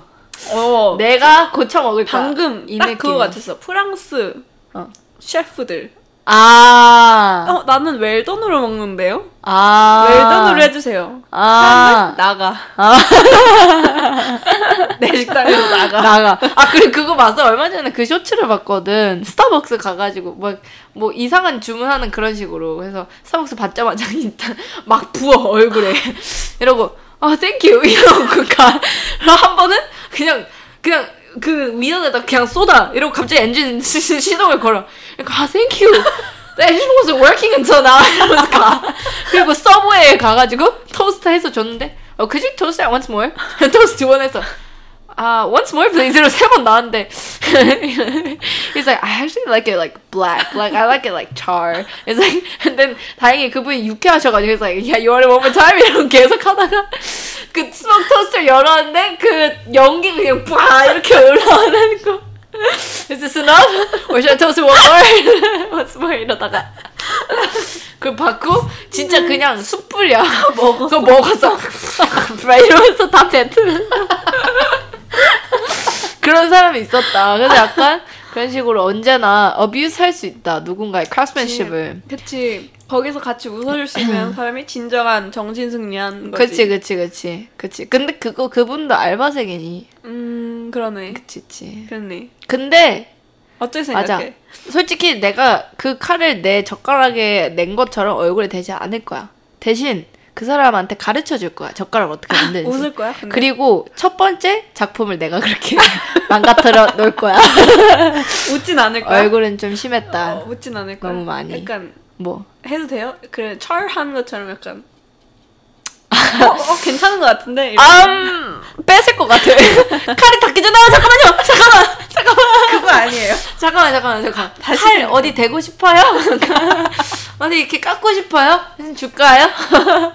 Speaker 2: 어.
Speaker 1: 내가 고쳐 먹을 거야.
Speaker 2: 방금
Speaker 1: 이
Speaker 2: 딱
Speaker 1: 느낌.
Speaker 2: 그거 같았어. 프랑스
Speaker 1: 어.
Speaker 2: 셰프들.
Speaker 1: 아.
Speaker 2: 어, 나는 웰던으로 먹는데요?
Speaker 1: 아.
Speaker 2: 웰던으로 해주세요.
Speaker 1: 아.
Speaker 2: 나가. (laughs) 내 식당에서 나가.
Speaker 1: 나가. 아, 그리고 그거 봤어. 얼마 전에 그 쇼츠를 봤거든. 스타벅스 가가지고, 막, 뭐, 이상한 주문하는 그런 식으로. 그래서 스타벅스 받자마자 (laughs) 일단 막 부어, 얼굴에. 이러고, 아, 땡큐. 이러고 가. 그리고 한 번은 그냥, 그냥, 그 위안에다 그냥 쏟아. 이러고 갑자기 엔진 시- 시- 시동을 걸어. 그러니까, 아, 땡큐. 엔진 was working until now. 이러면서 가. 그리고 서브웨이에 가가지고 토스트 해서 줬는데, 어, could you toast that once more? (laughs) 토스트 두번 해서. 아, once more please. 이러고 세번 나왔는데. (laughs) He's like, I actually like it like black. Like, I like it like char. It's like, and then 다행히 그분이 유쾌하셔가지고, he's like, yeah, you want it one more time? 이러고 계속 하다가, 그 스모크 토스터 열었는데, 그 연기가 그냥 빡! 이렇게 (laughs) 올라오는 거. Is this enough? Or should I toast it one (laughs) more? once more? 이러다가. 그걸 받고 진짜 그냥
Speaker 2: (laughs)
Speaker 1: 숯불이야 먹었어 그거 먹었어 (laughs) 막 이러면서 다 뱉으면서 (laughs) 그런 사람이 있었다 그래서 약간 그런 식으로 언제나 어뷰스 할 수 있다 누군가의 크라스맨십을
Speaker 2: 그치 거기서 같이 웃어줄
Speaker 1: (clears throat)
Speaker 2: 수 있는 사람이 진정한 정신 승리한 거지
Speaker 1: 그치 그치 그치 그치 근데 그거 그분도 알바생이니
Speaker 2: 음 그러네
Speaker 1: 그치 그치
Speaker 2: 그렇네
Speaker 1: 근데
Speaker 2: 어떻게
Speaker 1: 맞아.
Speaker 2: 생각해
Speaker 1: 솔직히 내가 그 칼을 내 젓가락에 낸 것처럼 얼굴에 대지 않을 거야. 대신 그 사람한테 가르쳐 줄 거야. 젓가락
Speaker 2: (laughs)
Speaker 1: 어떻게 만드는지.
Speaker 2: 웃을 거야 근데?
Speaker 1: 그리고 첫 번째 작품을 내가 그렇게 (laughs) 망가뜨려 놓을 거야. (laughs)
Speaker 2: 웃진 않을 거야
Speaker 1: 얼굴은 좀 심했다.
Speaker 2: 어, 웃진 않을 거야
Speaker 1: 너무 많이.
Speaker 2: 약간
Speaker 1: 뭐.
Speaker 2: 해도 돼요 그래 철한
Speaker 1: (laughs)
Speaker 2: 것처럼 약간 어, 어, 괜찮은 것 같은데 이런.
Speaker 1: 아,
Speaker 2: 음.
Speaker 1: 암 뺏을 것 같아. (laughs) 칼이 닿기 전에 아, 잠깐만요. 잠깐만.
Speaker 2: 그거 아니에요
Speaker 1: 잠깐만 잠깐만 잠깐. 칼 어디 대고 싶어요? (laughs) 어디 이렇게 깎고 싶어요? 무슨 줄까요? (laughs)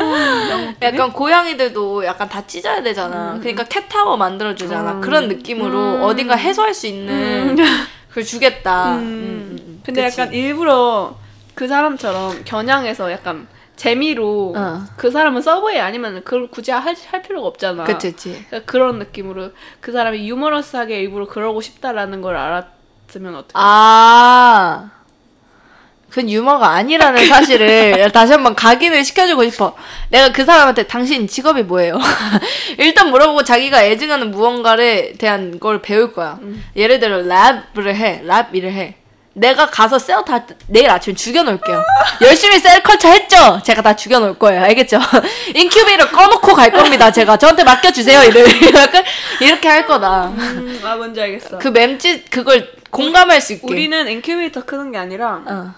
Speaker 1: 음, 약간 고양이들도 약간 다 찢어야
Speaker 2: 음.
Speaker 1: 되잖아. 그러니까 캣타워 만들어 주잖아. 그런 느낌으로 어딘가 해소할 수 있는 (laughs) 그걸 주겠다.
Speaker 2: 음.
Speaker 1: 음, 음, 음.
Speaker 2: 근데
Speaker 1: 그치?
Speaker 2: 약간 일부러 그 사람처럼 겨냥해서 약간 재미로
Speaker 1: 어.
Speaker 2: 그 사람은 서브웨이 아니면 그걸 굳이 할, 할 필요가 없잖아
Speaker 1: 그치 그치.
Speaker 2: 그러니까 그런 느낌으로 그 사람이 유머러스하게 일부러 그러고 싶다라는 걸 알았으면 어떡해
Speaker 1: 아. 그건 유머가 아니라는 사실을 (laughs) 다시 한번 각인을 시켜주고 싶어. 내가 그 사람한테 당신 직업이 뭐예요? (laughs) 일단 물어보고 자기가 애증하는 무언가를 대한 걸 배울 거야.
Speaker 2: 음.
Speaker 1: 예를 들어 랩을 해, 랩 일을 해. 내가 가서 셀 다 내일 아침에
Speaker 2: (laughs)
Speaker 1: 죽여놓을게요. 열심히 셀 컬처 했죠? 제가 다 죽여놓을 거예요. 알겠죠? (laughs) 인큐베이터 꺼놓고 갈 겁니다. 제가 저한테 맡겨주세요. 이를 (laughs) 약간 이렇게 할 거다.
Speaker 2: 음, 아 뭔지 알겠어
Speaker 1: 그 맴짓 그걸 공감할 수 있게.
Speaker 2: 우리는 인큐베이터 크는 게 아니라
Speaker 1: 어.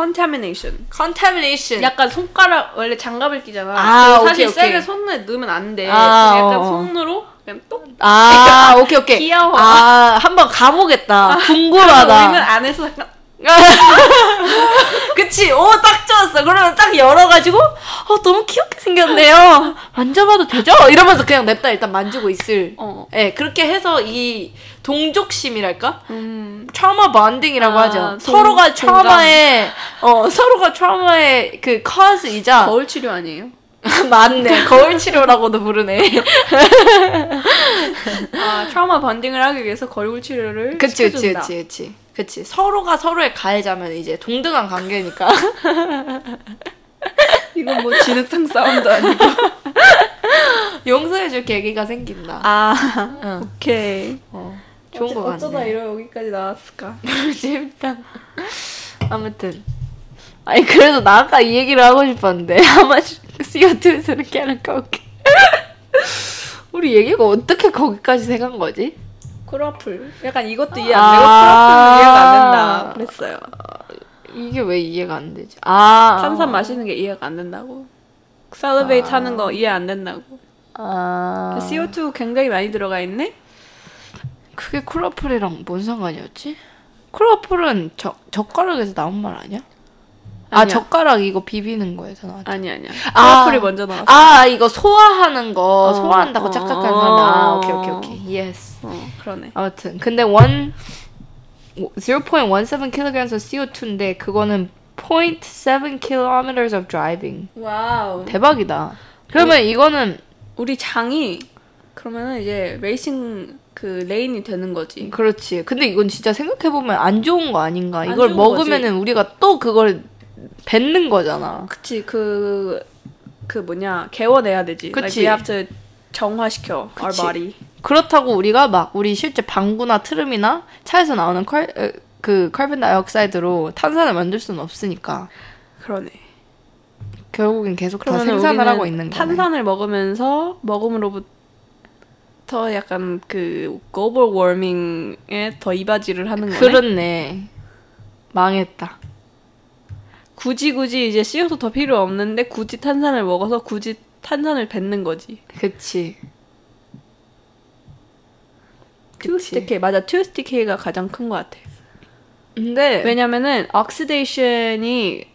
Speaker 2: 컨타미네이션
Speaker 1: 컨타미네이션.
Speaker 2: 약간 손가락 원래 장갑을 끼잖아
Speaker 1: 아,
Speaker 2: 그래서
Speaker 1: 오케이,
Speaker 2: 사실
Speaker 1: 오케이.
Speaker 2: 세게 손에 넣으면 안돼
Speaker 1: 아,
Speaker 2: 약간
Speaker 1: 어, 어.
Speaker 2: 손으로 그냥 똑 (laughs)
Speaker 1: 아, 오케이, 오케이.
Speaker 2: 귀여워.
Speaker 1: 아, 한번 가보겠다.
Speaker 2: 그러면 우리는
Speaker 1: 궁금하다.
Speaker 2: 안에서 약간
Speaker 1: (laughs) 그치, 오, 딱 좋았어. 그러면 딱 열어가지고, 어, 너무 귀엽게 생겼네요. 만져봐도 되죠? 이러면서 그냥 냅다 일단 만지고 있을.
Speaker 2: 어.
Speaker 1: 예, 그렇게 해서 이 동족심이랄까?
Speaker 2: 음.
Speaker 1: 트라우마 번딩이라고
Speaker 2: 아,
Speaker 1: 하죠.
Speaker 2: 동-
Speaker 1: 서로가
Speaker 2: 동감.
Speaker 1: 트라우마의, 어, 서로가 트라우마의 그 커즈이자.
Speaker 2: 거울 치료 아니에요?
Speaker 1: (laughs)
Speaker 2: (laughs)
Speaker 1: 맞네. 거울 치료라고도 부르네.
Speaker 2: 아, 트라우마 번딩을 하기 위해서 거울 치료를
Speaker 1: 그치, 그치,
Speaker 2: 시켜준다.
Speaker 1: 그치, 그치. 그치. 서로가 서로의 가해자면 이제 동등한 관계니까. (laughs)
Speaker 2: 이건 뭐 진흙탕 싸움도 아니고.
Speaker 1: (laughs) 용서해줄 계기가 생긴다.
Speaker 2: 아,
Speaker 1: 응.
Speaker 2: 오케이.
Speaker 1: 어, 좋은 거
Speaker 2: 어쩌-
Speaker 1: 같네.
Speaker 2: 어쩌다 이러 여기까지 나왔을까?
Speaker 1: (laughs) 재밌다. 아무튼.
Speaker 2: (laughs)
Speaker 1: 아니, 그래서 나 아까 이 얘기를 하고 싶었는데. (laughs) 아마 CO2에서는 깨알까올게 우리 얘기가 어떻게 거기까지 생간 거지?
Speaker 2: 크로플. 약간 이것도 이해 안 되고
Speaker 1: 아.
Speaker 2: 크로플은 이해가 안 된다. 그랬어요.
Speaker 1: 이게 왜 이해가 안 되지? 아.
Speaker 2: 탄산 마시는 게 이해가 안 된다고. 셀러베이트 하는 거 이해 안 된다고.
Speaker 1: 아.
Speaker 2: CO2 굉장히 많이 들어가 있네?
Speaker 1: 그게 크로플이랑 뭔 상관이었지? 크로플은 저, 젓가락에서 나온 말 아니야? 아,
Speaker 2: 아니야.
Speaker 1: 젓가락 이거 비비는 거에서 나왔
Speaker 2: 아니, 아니야.
Speaker 1: 아.
Speaker 2: 크로플이 먼저 나왔어.
Speaker 1: 아 이거 소화하는 거
Speaker 2: 어,
Speaker 1: 소화한다고
Speaker 2: 어,
Speaker 1: 착각한
Speaker 2: 어.
Speaker 1: 사람 아 오케이 오케이 오케이 예스
Speaker 2: 어, 그러네.
Speaker 1: 아무튼 근데 원 0.17kg의 CO2인데 그거는 0.7km of driving
Speaker 7: 와우.
Speaker 1: 대박이다 그러면 이거는
Speaker 2: 우리 장이 그러면은 이제 레이싱 그 레인이 되는 거지.
Speaker 1: 그렇지 근데 이건 진짜 생각해보면 안 좋은 거 아닌가
Speaker 2: 안
Speaker 1: 이걸
Speaker 2: 좋은
Speaker 1: 먹으면은 우리가 또 그걸 뱉는 거잖아
Speaker 2: 그치 그 그 뭐냐 개워내야 되지.
Speaker 1: 그치.
Speaker 2: Like we have to 정화시켜 our
Speaker 1: 그치.
Speaker 2: body.
Speaker 1: 그렇다고 우리가 막 우리 실제 방구나 트름이나 차에서 나오는 컬, 에, 그 카본 다이옥사이드로 탄산을 만들 수는 없으니까
Speaker 2: 그러네.
Speaker 1: 결국엔 계속 다
Speaker 2: 그러면
Speaker 1: 생산을
Speaker 2: 우리는
Speaker 1: 하고 있는 거네.
Speaker 2: 탄산을 먹으면서 먹음으로부터 약간 그 글로벌 워밍에 더 이바지를 하는 거네.
Speaker 1: 그렇네. 망했다.
Speaker 2: 굳이 굳이 이제 CO2 더 필요 없는데 굳이 탄산을 먹어서 굳이 탄산을 뱉는 거지.
Speaker 1: 그치.
Speaker 2: 투스틱해 맞아 투스틱해가 가장 큰 것 같아.
Speaker 1: 근데
Speaker 2: 왜냐면은 옥시데이션이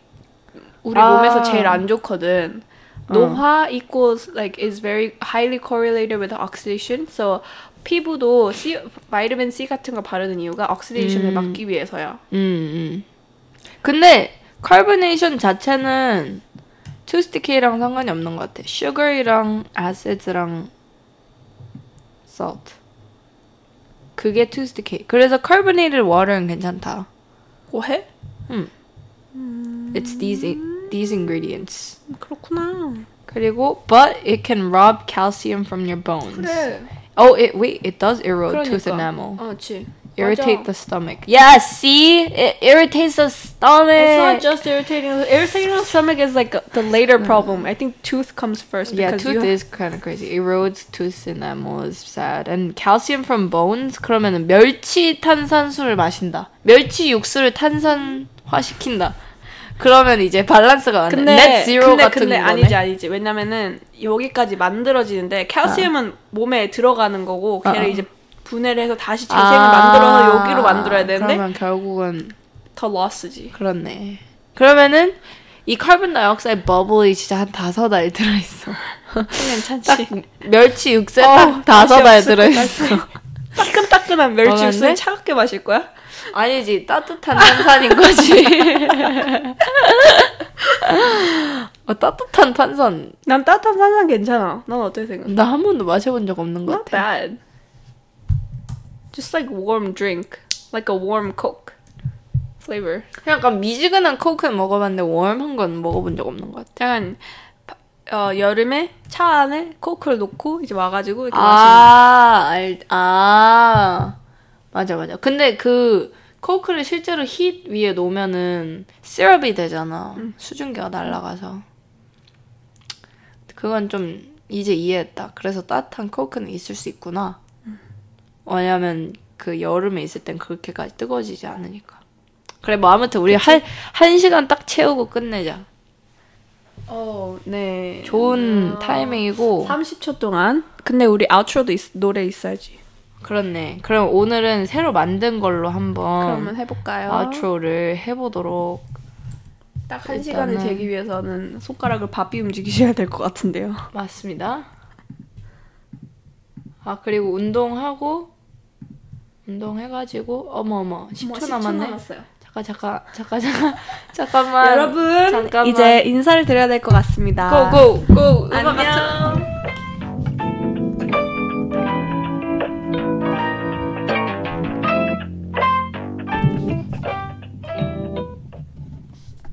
Speaker 2: 우리
Speaker 1: 아. 어.
Speaker 2: 몸에서 제일 안 좋거든. 노화 equals like is very highly correlated with oxidation. So 피부도 C, 바이타민 C 같은 거 바르는 이유가 옥시데이션을 막기 위해서야.
Speaker 1: 음, 음. 근데 카보네이션 자체는 투스티키랑 상관이 없는 것 같아. 슈거이랑 아세트랑 솔트. 그게 투스티키. 그래서 카보네이드 워터는 괜찮다.
Speaker 2: 고해?
Speaker 1: It's these in- these ingredients.
Speaker 2: 그렇구나.
Speaker 1: 그리고 but it can rob calcium from your bones.
Speaker 7: 그래.
Speaker 1: Oh, it wait, it does erode tooth
Speaker 2: 그러니까.
Speaker 1: enamel.
Speaker 2: 어, 그렇지.
Speaker 1: Irritate
Speaker 2: 맞아.
Speaker 1: the stomach. Yes, see? It irritates the
Speaker 2: It's not
Speaker 1: stomach.
Speaker 2: just irritating. Irritating the stomach is like the later problem. I think tooth comes first
Speaker 1: 음. Yeah,
Speaker 2: because
Speaker 1: tooth
Speaker 2: you
Speaker 1: is kind of crazy. Erodes tooth enamel is sad. And calcium from bones? 그러면은 멸치 탄산수를 마신다. 멸치 육수를 탄산화시킨다. 그러면 이제 밸런스가 안 돼.
Speaker 2: 근데
Speaker 1: net zero
Speaker 2: 근데,
Speaker 1: 같은
Speaker 2: 근데
Speaker 1: 거네.
Speaker 2: 아니지 아니지 왜냐면은 여기까지 만들어지는데 칼슘은 몸에 들어가는 아, 거고 걔를
Speaker 1: 어.
Speaker 2: 이제 분해를 해서 다시 재생을 만들어서 여기로 만들어야 되는데
Speaker 1: 아, 그러면 결국은
Speaker 2: 더 러스지
Speaker 1: 그렇네. 그러면은 이 카본 다이옥사이드 버블이 진짜 한 다섯 알 들어있어.
Speaker 2: 괜찮지
Speaker 1: 멸치 육수에
Speaker 2: 어,
Speaker 1: 딱 다섯
Speaker 2: 맛이
Speaker 1: 알
Speaker 2: 없을 것
Speaker 1: 들어있어.
Speaker 2: 따끈따끈한 멸치
Speaker 1: 어,
Speaker 2: 육수
Speaker 1: 근데?
Speaker 2: 차갑게 마실 거야?
Speaker 1: 아니지 따뜻한 탄산인 거지. 어, 따뜻한 탄산
Speaker 2: 난 따뜻한 산산 괜찮아 넌 어떻게 생각해?
Speaker 1: 나 한 번도 마셔본 적 없는 것
Speaker 2: Not
Speaker 1: 같아.
Speaker 2: bad Just like warm drink Like a warm coke flavor
Speaker 1: 그냥 약간 미지근한 코크는 먹어봤는데 웜한 건 먹어본 적 없는 것 같아.
Speaker 2: 약간 어, 여름에 차 안에 코크를 놓고 이제 와가지고 이렇게 마시는
Speaker 1: 아, 알, 아, 맞아, 맞아. 근데 그 코크를 실제로 힛 위에 놓으면은 시럽이 되잖아.
Speaker 2: 음.
Speaker 1: 수증기가 날아가서. 그건 좀 이제 이해했다. 그래서 따뜻한 코크는 있을 수 있구나.
Speaker 2: 음.
Speaker 1: 왜냐면 그 여름에 있을 땐 그렇게까지 뜨거워지지 않으니까. 그래, 뭐 아무튼 우리 한, 한 시간 딱 채우고 끝내자.
Speaker 7: 어.
Speaker 2: 네.
Speaker 1: 좋은 타이밍이고.
Speaker 2: 30초 동안. 근데 우리 아웃로도 있, 노래 있어야지.
Speaker 1: 그렇네. 그럼 오늘은 새로 만든 걸로 한번
Speaker 2: 그러면 해볼까요?
Speaker 1: 아트로를 해보도록.
Speaker 2: 딱 한 시간을
Speaker 1: 일단은-
Speaker 2: 재기 위해서는 손가락을 바삐 움직이셔야 될 것 같은데요.
Speaker 1: 뭐, 맞습니다. 아 그리고 운동하고 운동해가지고 어머 어머 10초 남았네.
Speaker 7: 남았어요.
Speaker 1: 잠깐 잠깐 잠깐 잠깐 잠깐만.
Speaker 2: 여러분
Speaker 1: 잠깐만.
Speaker 2: 이제 인사를 드려야 될 것 같습니다.
Speaker 1: 고고고
Speaker 2: 안녕.
Speaker 1: 안녕.